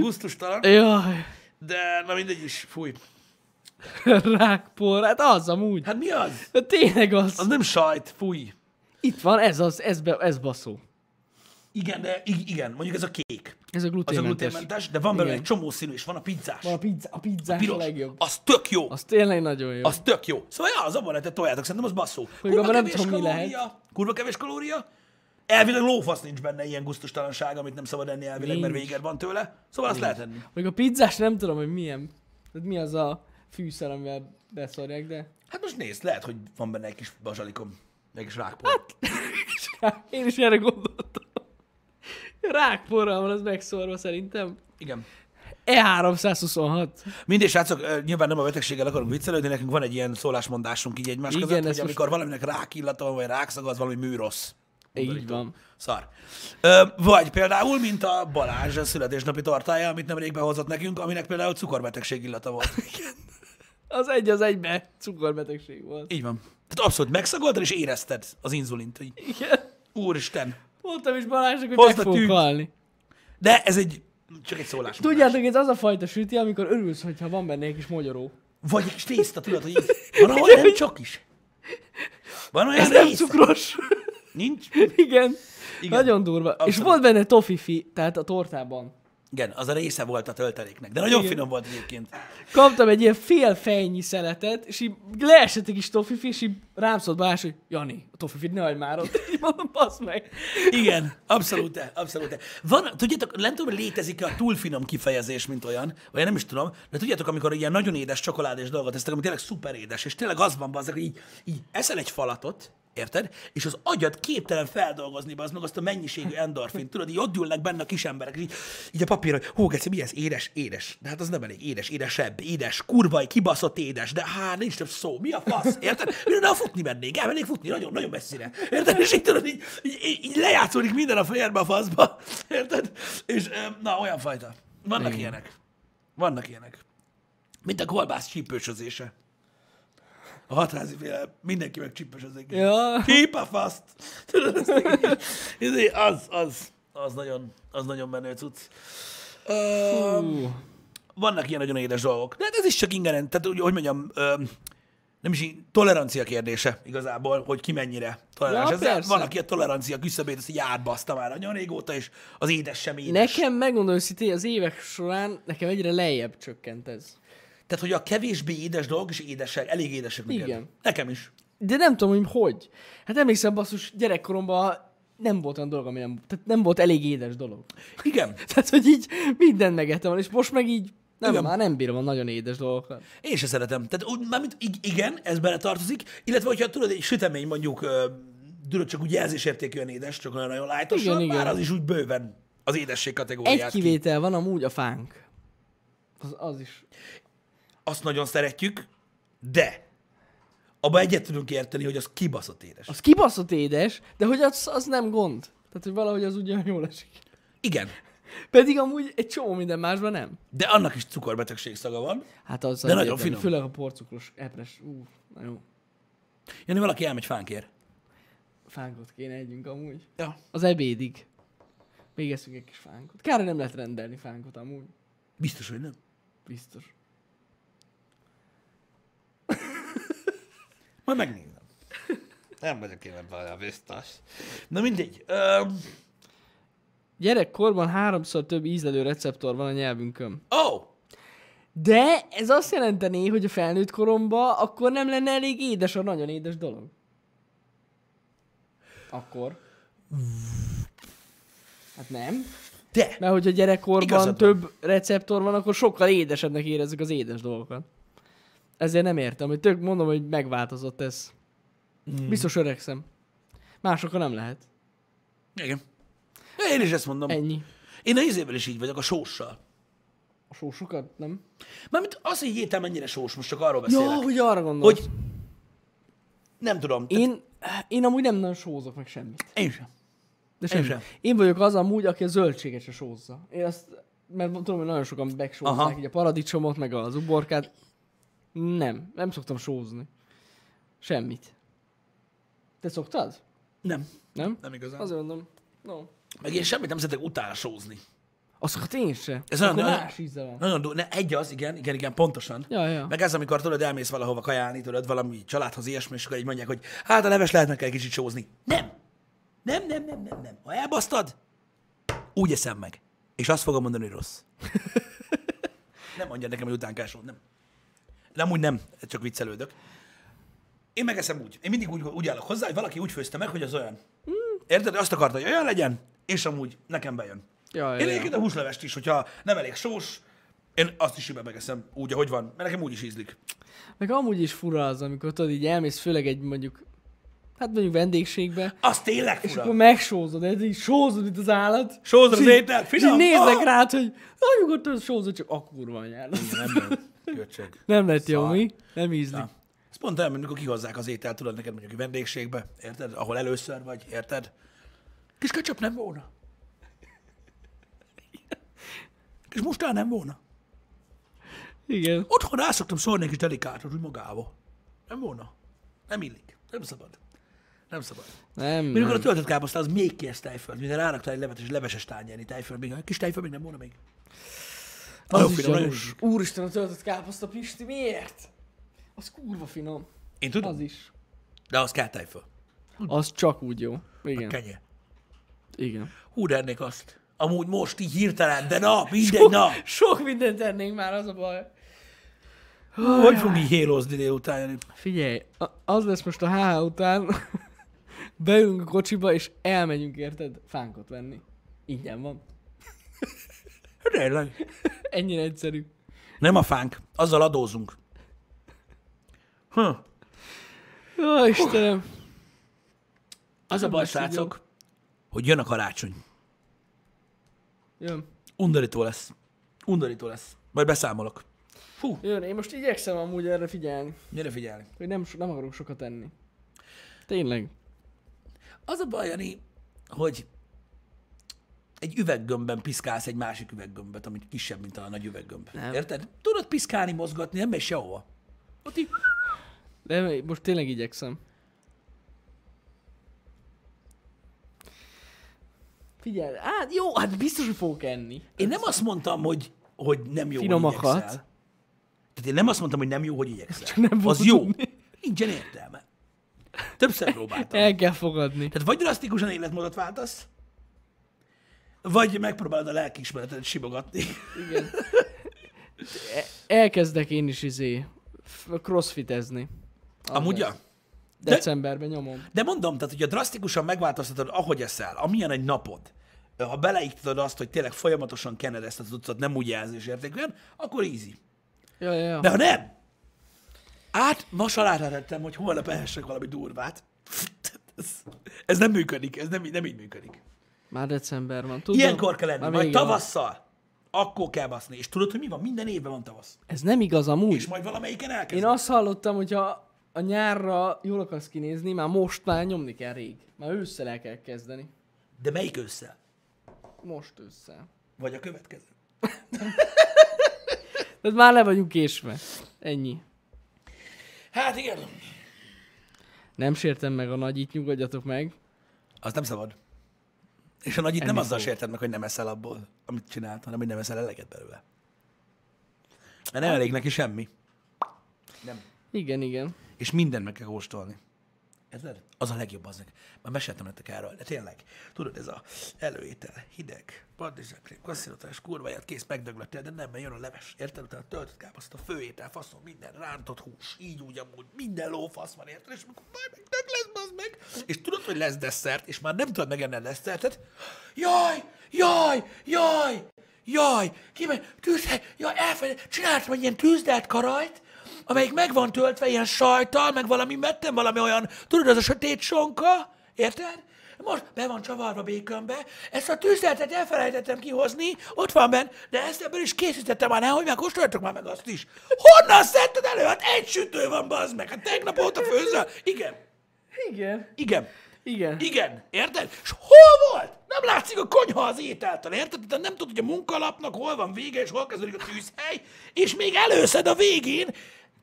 Speaker 1: Gusztustalan.
Speaker 2: Jaj,
Speaker 1: De, na mindegy is, fúj.
Speaker 2: rákpor, hát az amúgy.
Speaker 1: Hát mi az?
Speaker 2: Hát tényleg
Speaker 1: Az
Speaker 2: az.
Speaker 1: nem sajt, fúj.
Speaker 2: Itt van, ez az, ez, be, ez baszó.
Speaker 1: Igen, de i- igen, mondjuk ez a kék.
Speaker 2: Ez a
Speaker 1: Az a
Speaker 2: gluténmentes.
Speaker 1: gluténmentes, de van belőle egy
Speaker 2: Igen.
Speaker 1: csomó színű, és van a pizzás.
Speaker 2: A, pizza, a pizzás a,
Speaker 1: Piros.
Speaker 2: a legjobb.
Speaker 1: Az tök jó.
Speaker 2: Az tényleg nagyon jó.
Speaker 1: Az tök jó. Szóval ja, az abban lehetett toljátok, szerintem az basszó. Kurva
Speaker 2: abban nem
Speaker 1: kevés
Speaker 2: tudom, mi
Speaker 1: kalória. Kurva kevés kalória. Elvileg lófasz nincs benne ilyen gusztustalanság, amit nem szabad enni elvileg, mert
Speaker 2: Nincs.
Speaker 1: véged van tőle. Szóval azt lehet enni.
Speaker 2: Még a pizzás nem tudom, hogy milyen. Tehát mi az a fűszer, amivel beszorják, de... <laughs>
Speaker 1: Hát most nézd, lehet, hogy van benne egy kis bazsalikom, egy kis rákpor. Hát,
Speaker 2: Én is erre gondoltam. Rákporral van az megszorva szerintem.
Speaker 1: Igen.
Speaker 2: E E326.
Speaker 1: Mindig, srácok, ö, nyilván nem a betegséggel akarunk viccelődni, nekünk van egy ilyen szólásmondásunk így egymás
Speaker 2: Igen,
Speaker 1: között,
Speaker 2: ez
Speaker 1: hogy
Speaker 2: most-
Speaker 1: amikor valaminek rákillata van, vagy rákszaga, az valami műrossz.
Speaker 2: Így van.
Speaker 1: Szar. Ö, vagy például, mint a Balázs a születésnapi tartája, amit nemrég behozott nekünk, aminek például cukorbetegség illata volt.
Speaker 2: <laughs> Az egy az egybe cukorbetegség volt.
Speaker 1: Így van. Tehát abszolút megszagoltad, és érezted az inzulint, hogy
Speaker 2: Igen.
Speaker 1: úristen.
Speaker 2: Mondtam is Balázsnak, hogy
Speaker 1: Hozd
Speaker 2: meg
Speaker 1: a
Speaker 2: fogok
Speaker 1: tűt.
Speaker 2: halni.
Speaker 1: De ez egy, csak egy szólás.
Speaker 2: Tudjátok, ez az a fajta süti, amikor örülsz, hogyha van benne egy kis magyaró.
Speaker 1: Vagy egy kis tészta, tudod, hogy így. Van olyan nem csak is. Van olyan
Speaker 2: Ez nem
Speaker 1: része.
Speaker 2: cukros. <laughs>
Speaker 1: Nincs?
Speaker 2: Igen.
Speaker 1: Igen.
Speaker 2: Igen. Nagyon durva. És
Speaker 1: Abszolút.
Speaker 2: volt benne tofifi, tehát a tortában.
Speaker 1: Igen, az a része volt a tölteléknek, de nagyon Igen.
Speaker 2: Igen.
Speaker 1: finom volt egyébként.
Speaker 2: Kaptam egy ilyen fél fejnyi szeletet, és így leesett egy kis tofifi, és így rám szólt Balázs, hogy Jani, a tofifit ne hagyd már ott. <laughs> Így mondom, basz meg.
Speaker 1: Igen, abszolút, abszolút. Van, tudjátok, nem tudom, létezik a túl finom kifejezés, mint olyan, vagy én nem is tudom, de tudjátok, amikor ilyen nagyon édes csokoládés dolgot esztek, ami tényleg szuper édes, és tényleg az van, bazzak, hogy így, így eszel egy falatot, érted? És az agyad képtelen feldolgozni, az meg azt a mennyiségű endorfin, tudod, így ott ülnek benne a kis emberek, és így, így a papírra, hogy hú, geci, mi ez? Édes, édes. De hát az nem elég édes, édesebb, édes, kurva, kibaszott édes, de hát nincs több szó, mi a fasz, érted? Mire ne futni mennék, elmennék futni nagyon, nagyon messzire, érted? És így tudod, így, így, így lejátszódik minden a fejedbe a faszba, érted? És öm, na, olyan fajta. Vannak Igen. ilyenek. Vannak ilyenek. Mint a kolbász csípősözése. A hatházi féle, mindenki meg csípősözik.
Speaker 2: Ja.
Speaker 1: Keep a fast! <laughs> Tudod, ezt így- ez így- az, az, az nagyon, az nagyon menő cucc. Ö,
Speaker 2: Ú,
Speaker 1: vannak ilyen nagyon édes dolgok. De hát ez is csak ingeren, tehát úgy, hogy mondjam, ö, nem is így, tolerancia kérdése igazából, hogy ki mennyire toleráns.
Speaker 2: Ja,
Speaker 1: Ja, ez,
Speaker 2: persze.
Speaker 1: van, aki a tolerancia küszöbét ezt így átbaszta már nagyon régóta, és az édes sem édes.
Speaker 2: Nekem megmondom őszintén, az évek során nekem egyre lejjebb csökkent ez.
Speaker 1: Tehát, hogy a kevésbé édes dolgok is édesek, elég édesek. neked.
Speaker 2: Igen.
Speaker 1: Nekem is.
Speaker 2: De nem tudom, hogy hogy. Hát emlékszem, basszus, gyerekkoromban nem volt olyan dolog, ami nem, tehát nem volt elég édes dolog. <laughs>
Speaker 1: Igen.
Speaker 2: Tehát, hogy így mindent megettem, és most meg így nem,
Speaker 1: Igen.
Speaker 2: már nem bírom a nagyon édes dolgokat.
Speaker 1: Én se szeretem. Tehát úgy, mármint ig- igen, ez bele tartozik, illetve hogyha tudod, egy sütemény mondjuk, ö, tudod, csak úgy jelzésértékűen édes, csak olyan nagyon lájtosan,
Speaker 2: Igen,
Speaker 1: már
Speaker 2: igen.
Speaker 1: az is úgy bőven az édesség kategóriát.
Speaker 2: Egy
Speaker 1: ki.
Speaker 2: kivétel van amúgy a fánk. Az, az is.
Speaker 1: Azt nagyon szeretjük, de abba egyet tudunk érteni, hogy az kibaszott édes.
Speaker 2: Az kibaszott édes, de hogy az, az nem gond. Tehát, hogy valahogy az ugyan jól esik.
Speaker 1: Igen,
Speaker 2: Pedig amúgy egy csomó minden másban nem.
Speaker 1: de annak is cukorbetegség szaga van.
Speaker 2: Hát az
Speaker 1: De nagyon
Speaker 2: egyértelmű.
Speaker 1: finom.
Speaker 2: Főleg a porcukros, epres. Ú, na jó.
Speaker 1: Jani, valaki elmegy fánkér.
Speaker 2: Fánkot kéne együnk amúgy.
Speaker 1: Ja.
Speaker 2: Az ebédig. Még eszünk egy kis fánkot. Kár, hogy nem lehet rendelni fánkot amúgy.
Speaker 1: Biztos, hogy nem.
Speaker 2: Biztos.
Speaker 1: Majd megnézem. Nem vagyok én ebben olyan biztos. Na mindegy. Um,
Speaker 2: Gyerekkorban háromszor több ízlelő receptor van a nyelvünkön.
Speaker 1: oh,
Speaker 2: De ez azt jelenteni, hogy a felnőtt koromban akkor nem lenne elég édes a nagyon édes dolog. Akkor. Hát nem.
Speaker 1: de.
Speaker 2: Mert hogyha gyerekkorban
Speaker 1: Igazad van.
Speaker 2: Igazad több receptor van, akkor sokkal édesebbnek érezzük az édes dolgokat. Ezért nem értem, hogy tök mondom, hogy megváltozott ez.
Speaker 1: Hmm.
Speaker 2: Mm. Biztos öregszem. Másokra nem lehet.
Speaker 1: Igen. Én is ezt mondom.
Speaker 2: Ennyi.
Speaker 1: Én a izével is így vagyok, a sóssal.
Speaker 2: A sósokat nem?
Speaker 1: Mármint az, hogy egy étel mennyire sós, most csak arról
Speaker 2: Ja,
Speaker 1: beszélek.
Speaker 2: hogy arra gondolsz.
Speaker 1: hogy Nem tudom. Én,
Speaker 2: Én, én amúgy nem nagyon sózok meg semmit.
Speaker 1: én sem.
Speaker 2: De semmit.
Speaker 1: sem.
Speaker 2: Én, én vagyok az amúgy, aki a zöldséget se sózza. Én azt, mert tudom, hogy nagyon sokan
Speaker 1: Aha.
Speaker 2: megsózzák így a paradicsomot, meg az uborkát. Nem, nem szoktam sózni. Semmit. Te szoktad?
Speaker 1: Nem.
Speaker 2: Nem?
Speaker 1: Nem igazán. Az...
Speaker 2: Azért mondom. No.
Speaker 1: Meg én semmit nem szeretek utálsózni.
Speaker 2: Azt hát én se.
Speaker 1: Ez
Speaker 2: Ez
Speaker 1: olyan-
Speaker 2: Akkor
Speaker 1: olyan-
Speaker 2: más íze van.
Speaker 1: Nagyon du- ne, egy az, igen, igen, igen, pontosan.
Speaker 2: Ja, ja.
Speaker 1: Meg ez, amikor tudod, elmész valahova kajálni, tudod, valami családhoz ilyesmi, és akkor így mondják, hogy hát a leves lehetne kell kicsit sózni. Nem. Nem, nem, nem, nem, nem. Ha elbasztad, úgy eszem meg. És azt fogom mondani, hogy <laughs> rossz. nem mondja nekem, hogy utánkásod, nem. Nem, úgy nem, csak viccelődök. Én megeszem úgy. Én mindig úgy, úgy állok hozzá, hogy valaki úgy főzte meg, hogy az olyan. Érted? Azt akarta, hogy olyan legyen, és amúgy nekem bejön.
Speaker 2: Ja, ja,
Speaker 1: én
Speaker 2: ja.
Speaker 1: egyébként a húslevest is, hogyha nem elég sós, én azt is simán megeszem úgy, ahogy van, mert nekem úgy is ízlik.
Speaker 2: Meg amúgy is fura az, amikor tudod, így elmész, főleg egy mondjuk, hát mondjuk vendégségbe,
Speaker 1: Az tényleg
Speaker 2: és akkor
Speaker 1: fura.
Speaker 2: megsózod, ez így sózod, mint az állat.
Speaker 1: Sózod
Speaker 2: És
Speaker 1: az
Speaker 2: így-
Speaker 1: ételt,
Speaker 2: és
Speaker 1: finom?
Speaker 2: Így néznek
Speaker 1: Ah!
Speaker 2: rád, hogy nagyon nyugodtan sózod, csak a kurva anyád.
Speaker 1: Nem, köcsög.
Speaker 2: Nem lett jó, mi? Nem ízlik.
Speaker 1: Na. Ez pont olyan, mint amikor kihozzák az ételt, tudod, neked mondjuk egy vendégségbe, érted? Ahol először vagy, érted? Kis ketchup nem volna. Kis mustár nem volna.
Speaker 2: Igen.
Speaker 1: Otthon rá szoktam szólni egy kis delikátot, úgy magába. Nem volna. Nem illik. Nem szabad. Nem szabad.
Speaker 2: Nem,
Speaker 1: Mikor a
Speaker 2: nem.
Speaker 1: töltött káposzta, az még kész tejföld. Minden ráraktál egy levet és leveses tányérnyi tejföld. Még, kis tejföld még nem volna még. Nagyon
Speaker 2: Az is
Speaker 1: finom, nagyon
Speaker 2: gyanús. Úristen, a töltött káposzta, Pisti, miért? Az kurva finom.
Speaker 1: Én tudom,
Speaker 2: Az is.
Speaker 1: de az kell tejföld.
Speaker 2: Az csak úgy jó. Igen.
Speaker 1: Kenyér.
Speaker 2: Igen.
Speaker 1: Hú, de ennék azt. Amúgy most így hirtelen, de na, mindegy, na.
Speaker 2: Sok mindent ennénk már, az a baj.
Speaker 1: Hogy fogunk így hélozni délután? Jani?
Speaker 2: Figyelj, a- az lesz most a HH után, <laughs> beülünk a kocsiba, és elmegyünk, érted, fánkot venni. Ingyen van.
Speaker 1: Tényleg.
Speaker 2: Ennyire egyszerű.
Speaker 1: Nem a fánk, azzal adózunk. Hm.
Speaker 2: Ó, Istenem.
Speaker 1: Az a baj,
Speaker 2: lesz így jó.
Speaker 1: srácok, hogy jön a karácsony.
Speaker 2: Jön.
Speaker 1: Undorító lesz. Undorító lesz. Majd beszámolok. Fú,
Speaker 2: Jön, én most igyekszem amúgy erre figyelni,
Speaker 1: gyere figyelni.
Speaker 2: hogy nem, so- nem akarok sokat enni. Tényleg.
Speaker 1: Az a baj, Jani, hogy egy üveggömbben piszkálsz egy másik üveggömbet, amit kisebb, mint a nagy üveggömb.
Speaker 2: Nem.
Speaker 1: Érted? Tudod piszkálni, mozgatni, nem megy sehova. Ott így...
Speaker 2: De most tényleg igyekszem. Figyelj, hát jó, hát biztos, hogy fogok enni.
Speaker 1: Én nem azt mondtam, hogy, hogy nem jó,
Speaker 2: Finomakat.
Speaker 1: hogy igyekszel. Tehát én nem azt mondtam, hogy nem jó, hogy igyekszel.
Speaker 2: Csak nem
Speaker 1: az
Speaker 2: fogod
Speaker 1: jó.
Speaker 2: tudni.
Speaker 1: Nincsen értelme. Többször
Speaker 2: <laughs>
Speaker 1: próbáltam.
Speaker 2: El kell fogadni.
Speaker 1: Tehát vagy drasztikusan életmódot váltasz, vagy megpróbálod a lelkiismeretet simogatni.
Speaker 2: Igen. E- Elkezdek én is izé f- crossfitezni. Az
Speaker 1: Amúgy,
Speaker 2: lesz.
Speaker 1: ja. de-
Speaker 2: Decemberben nyomom.
Speaker 1: De mondom, tehát hogyha drasztikusan megváltoztatod, ahogy eszel, amilyen egy napod, ha beleiktatod azt, hogy tényleg folyamatosan kened ezt a tucat, nem úgy jelzésértékűen, akkor easy.
Speaker 2: Ja, ja, ja.
Speaker 1: De ha nem, át ma salátra tettem, hogy holnap ehessek valami durvát. <laughs> Ez, ez nem működik, ez nem, így- nem így működik.
Speaker 2: Már december van. Tudom,
Speaker 1: Ilyenkor kell lenni,
Speaker 2: már
Speaker 1: majd
Speaker 2: vége van.
Speaker 1: tavasszal, akkor kell baszni. És tudod, hogy mi van? Minden évben van tavasz.
Speaker 2: Ez nem igaz
Speaker 1: És
Speaker 2: amúgy.
Speaker 1: majd valamelyiken elkezd.
Speaker 2: Én azt hallottam, hogy ha a nyárra jól akarsz kinézni, már most már nyomni kell rég. Már ősszel el kell kezdeni.
Speaker 1: De melyik ősszel?
Speaker 2: Most ősszel.
Speaker 1: Vagy a következő?
Speaker 2: Tehát már le vagyunk késve. Ennyi.
Speaker 1: Hát igen.
Speaker 2: Nem sértem meg a nagyit, nyugodjatok meg.
Speaker 1: Az nem szabad. És a nagy itt nem
Speaker 2: Enni
Speaker 1: azzal
Speaker 2: fogok.
Speaker 1: sérted meg, hogy nem eszel abból, amit csinált, hanem hogy nem eszel eleget belőle. Mert nem elég neki semmi. Nem.
Speaker 2: Igen, igen.
Speaker 1: és mindent meg kell kóstolni. Érted? Az a legjobb aznak. Már meséltem nektek erről, de tényleg. Tudod, ez a előétel, hideg, paradicsokrém, kasszírozás, kurváját, kész megdöglöttél, de nem, mert jön a leves. Érted? Utána töltött káposzta, főétel, faszom, minden rántott hús, így úgy amúgy, minden lófasz van, érted? És akkor majd meg tök lesz, bazd meg. És tudod, hogy lesz desszert, és már nem tudod megenni a desszertet. Jaj, jaj, jaj, jaj, kiment, tűzhely, jaj, elfelejtettem, csináltam egy ilyen tűzdelt karajt, amelyik meg van töltve ilyen sajtal, meg valami mettem, valami olyan, tudod, az a sötét sonka, érted? Most be van csavarva békönbe, ezt a tűzletet elfelejtettem kihozni, ott van benn, de ezt ebből is készítettem már, nehogy már kóstoljátok már meg azt is. Honnan szedted elő? Hát egy sütő van, bazd meg, hát tegnap óta főzöl. Igen.
Speaker 2: Igen.
Speaker 1: Igen.
Speaker 2: Igen.
Speaker 1: Igen, érted? És hol volt? Nem látszik a konyha az ételtől, érted? Tehát nem tudod, hogy a munkalapnak hol van vége, és hol kezdődik a tűzhely, és még előszed a végén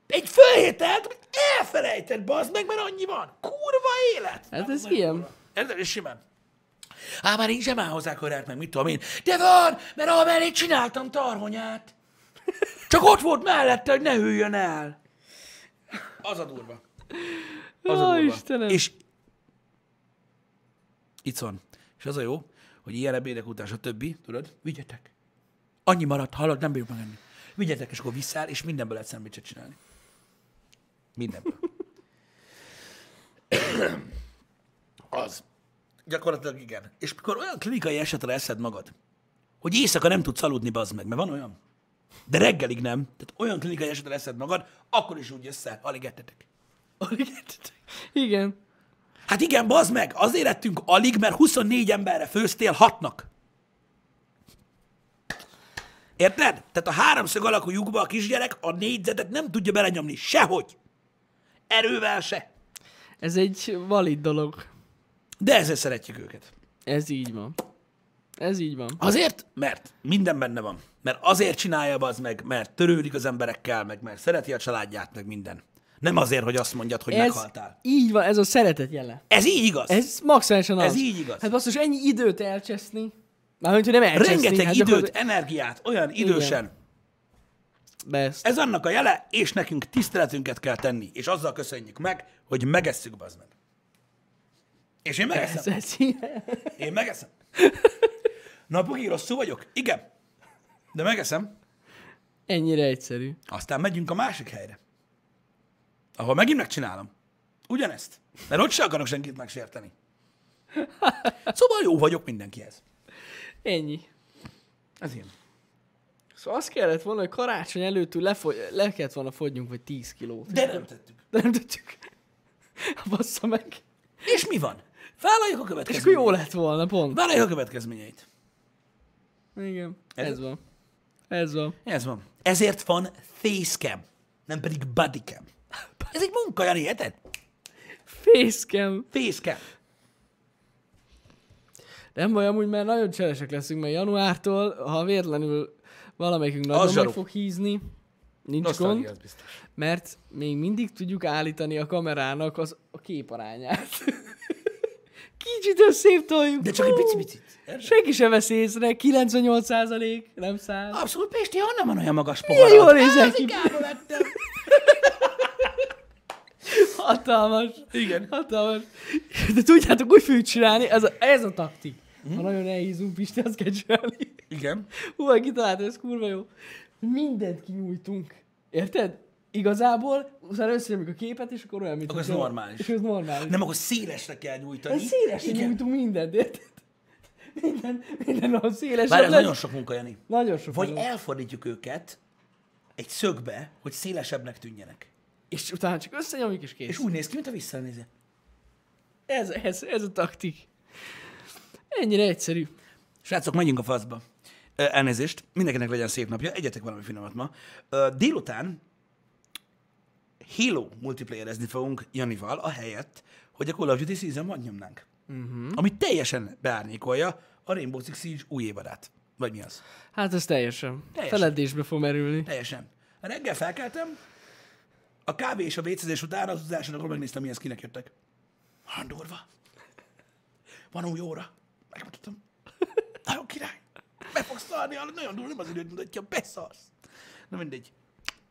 Speaker 1: egy fölhételt, amit elfelejtett, bazd meg, mert annyi van. Kurva élet!
Speaker 2: Hát
Speaker 1: Nem,
Speaker 2: ez
Speaker 1: nagyon
Speaker 2: ilyen.
Speaker 1: durva. Érted? És simán. Á, már így sem áll hozzá korrekt, meg mit tudom én. De van, mert amellé csináltam tarhonyát. Csak ott volt mellette, hogy ne hűljön el. Az a durva. Az a
Speaker 2: Ó,
Speaker 1: durva.
Speaker 2: Istenem.
Speaker 1: És itt van. És az a jó, hogy ilyen ebédek után, a többi, tudod, vigyetek. Annyi maradt, hallod, nem bírjuk megenni. Vigyetek, és akkor visszáll, és mindenből lehet szendvicset csinálni. Mindenből. <coughs> az. Gyakorlatilag igen. És mikor olyan klinikai esetre eszed magad, hogy éjszaka nem tudsz aludni, bazd meg, mert van olyan. De reggelig nem. Tehát olyan klinikai esetre eszed magad, akkor is úgy össze, alig ettetek. Alig ettetek.
Speaker 2: Igen.
Speaker 1: Hát igen, bazd meg, azért ettünk alig, mert 24 emberre főztél hatnak. Érted? Tehát a háromszög alakú lyukba a kisgyerek a négyzetet nem tudja belenyomni sehogy. Erővel se.
Speaker 2: Ez egy valid dolog.
Speaker 1: De ezzel szeretjük őket.
Speaker 2: Ez így van. Ez így van.
Speaker 1: Azért, mert minden benne van. Mert azért csinálja az meg, mert törődik az emberekkel, meg mert szereti a családját, meg minden. Nem azért, hogy azt mondjad, hogy ez...
Speaker 2: Ez
Speaker 1: meghaltál.
Speaker 2: így van, ez a szeretet jele.
Speaker 1: Ez így igaz. Ez...
Speaker 2: Ez maximálisan az.
Speaker 1: Ez így igaz.
Speaker 2: Hát basszus, ennyi időt elcseszni. Mármint, hogy nem elcseszni.
Speaker 1: Rengeteg
Speaker 2: hát
Speaker 1: időt,
Speaker 2: gyakorlatilag-
Speaker 1: energiát, olyan idősen,
Speaker 2: Best.
Speaker 1: Ez annak a jele, és nekünk tiszteletünket kell tenni, és azzal köszönjük meg, hogy megesszük bazd meg. És én
Speaker 2: Ez,
Speaker 1: megeszem.
Speaker 2: ez ilyen.
Speaker 1: Én megeszem. Na, Pugi, rosszul vagyok? Igen. De megeszem.
Speaker 2: Ennyire egyszerű.
Speaker 1: Aztán megyünk a másik helyre. Ahol megint megcsinálom. Ugyanezt. Mert ott se akarok senkit megsérteni. Szóval jó vagyok mindenkihez.
Speaker 2: Ennyi.
Speaker 1: Ez ilyen.
Speaker 2: Szóval azt kellett volna, hogy karácsony előttől lefogy, le kellett volna fogyjunk, vagy 10 kilót.
Speaker 1: De nem tettük.
Speaker 2: De nem tudjuk. <laughs> Bassza meg.
Speaker 1: És mi van? Vállaljuk a
Speaker 2: És akkor jó
Speaker 1: következményeit.
Speaker 2: lett volna, pont.
Speaker 1: Vállaljuk a következményeit.
Speaker 2: Igen.
Speaker 1: Ez-
Speaker 2: Ez, ez van. Ez van.
Speaker 1: Ez van. Ezért van facecam, nem pedig bodycam. Ez egy munka, Jani, érted?
Speaker 2: Facecam.
Speaker 1: Facecam.
Speaker 2: Nem baj, amúgy már nagyon cselesek leszünk, mert januártól, ha véletlenül valamelyikünk nagyon
Speaker 1: zsaru.
Speaker 2: meg fog hízni, nincs gond,
Speaker 1: biztos.
Speaker 2: mert még mindig tudjuk állítani a kamerának az, a képarányát. <laughs> Kicsit összévtoljuk.
Speaker 1: De csak egy picit-picit. érted?
Speaker 2: Senki sem vesz észre, 98 százalék, nem száz.
Speaker 1: Abszolút, Pisti, honnan van olyan magas
Speaker 2: Milyen
Speaker 1: poharad?
Speaker 2: jól nézel ki,
Speaker 1: Kába vettem.
Speaker 2: hatalmas.
Speaker 1: Igen.
Speaker 2: Hatalmas. De tudjátok, úgy fogjuk csinálni, ez a, ez a taktik.
Speaker 1: Mhm.
Speaker 2: Ha nagyon elhízunk, Pisti, azt kell csinálni.
Speaker 1: Igen.
Speaker 2: Hú, meg kitalálta, ez kurva jó. Mindent kinyújtunk. Érted? Igazából, utána összenyomjuk a képet, és akkor olyan, mint...
Speaker 1: Akkor ez
Speaker 2: hogyha-
Speaker 1: normális.
Speaker 2: És ez normális. Nem.
Speaker 1: Nem, akkor szélesre kell nyújtani.
Speaker 2: Ez széles,
Speaker 1: Igen.
Speaker 2: nyújtunk mindent, érted? Minden, minden ahol széles.
Speaker 1: Várj, ez nagyon sok munka, Jani.
Speaker 2: nagyon sok.
Speaker 1: Vagy e-
Speaker 2: van.
Speaker 1: elfordítjuk őket egy szögbe, hogy szélesebbnek tűnjenek.
Speaker 2: És utána csak összenyomjuk, és kész.
Speaker 1: És úgy néz ki, mint a visszanéző.
Speaker 2: Ez, ez, ez a taktik. Ennyire egyszerű.
Speaker 1: Srácok, menjünk a faszba. Ö, Elnézést, mindenkinek legyen szép napja, egyetek valami finomat ma. Ö, Délután Halo multiplayerezni fogunk Janival, ahelyett, hogy a Call of Duty Season van nyomnánk. Uh-huh. Ami teljesen beárnyékolja a Rainbow Six Siege új évadát. Vagy mi az?
Speaker 2: Hát ez teljesen.
Speaker 1: Teljesen.
Speaker 2: teljesen. Feledésbe fog merülni.
Speaker 1: Teljesen. Reggel felkeltem, a kávé és a vécézés után az az első napon megnéztem, milyen skinek jöttek. Hát durva. Van új óra. Megmutatom. Nagyon király. Be fogsz szarni, hallod, nagyon durva, nem az időt mutatja, beszarsz. Na mindegy.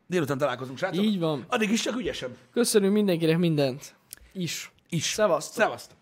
Speaker 1: Délután találkozunk, srácok.
Speaker 2: Így van.
Speaker 1: Addig is csak ügyesebb.
Speaker 2: Köszönünk mindenkinek mindent. Is.
Speaker 1: Is.
Speaker 2: Szevasztok.
Speaker 1: Szevasztok.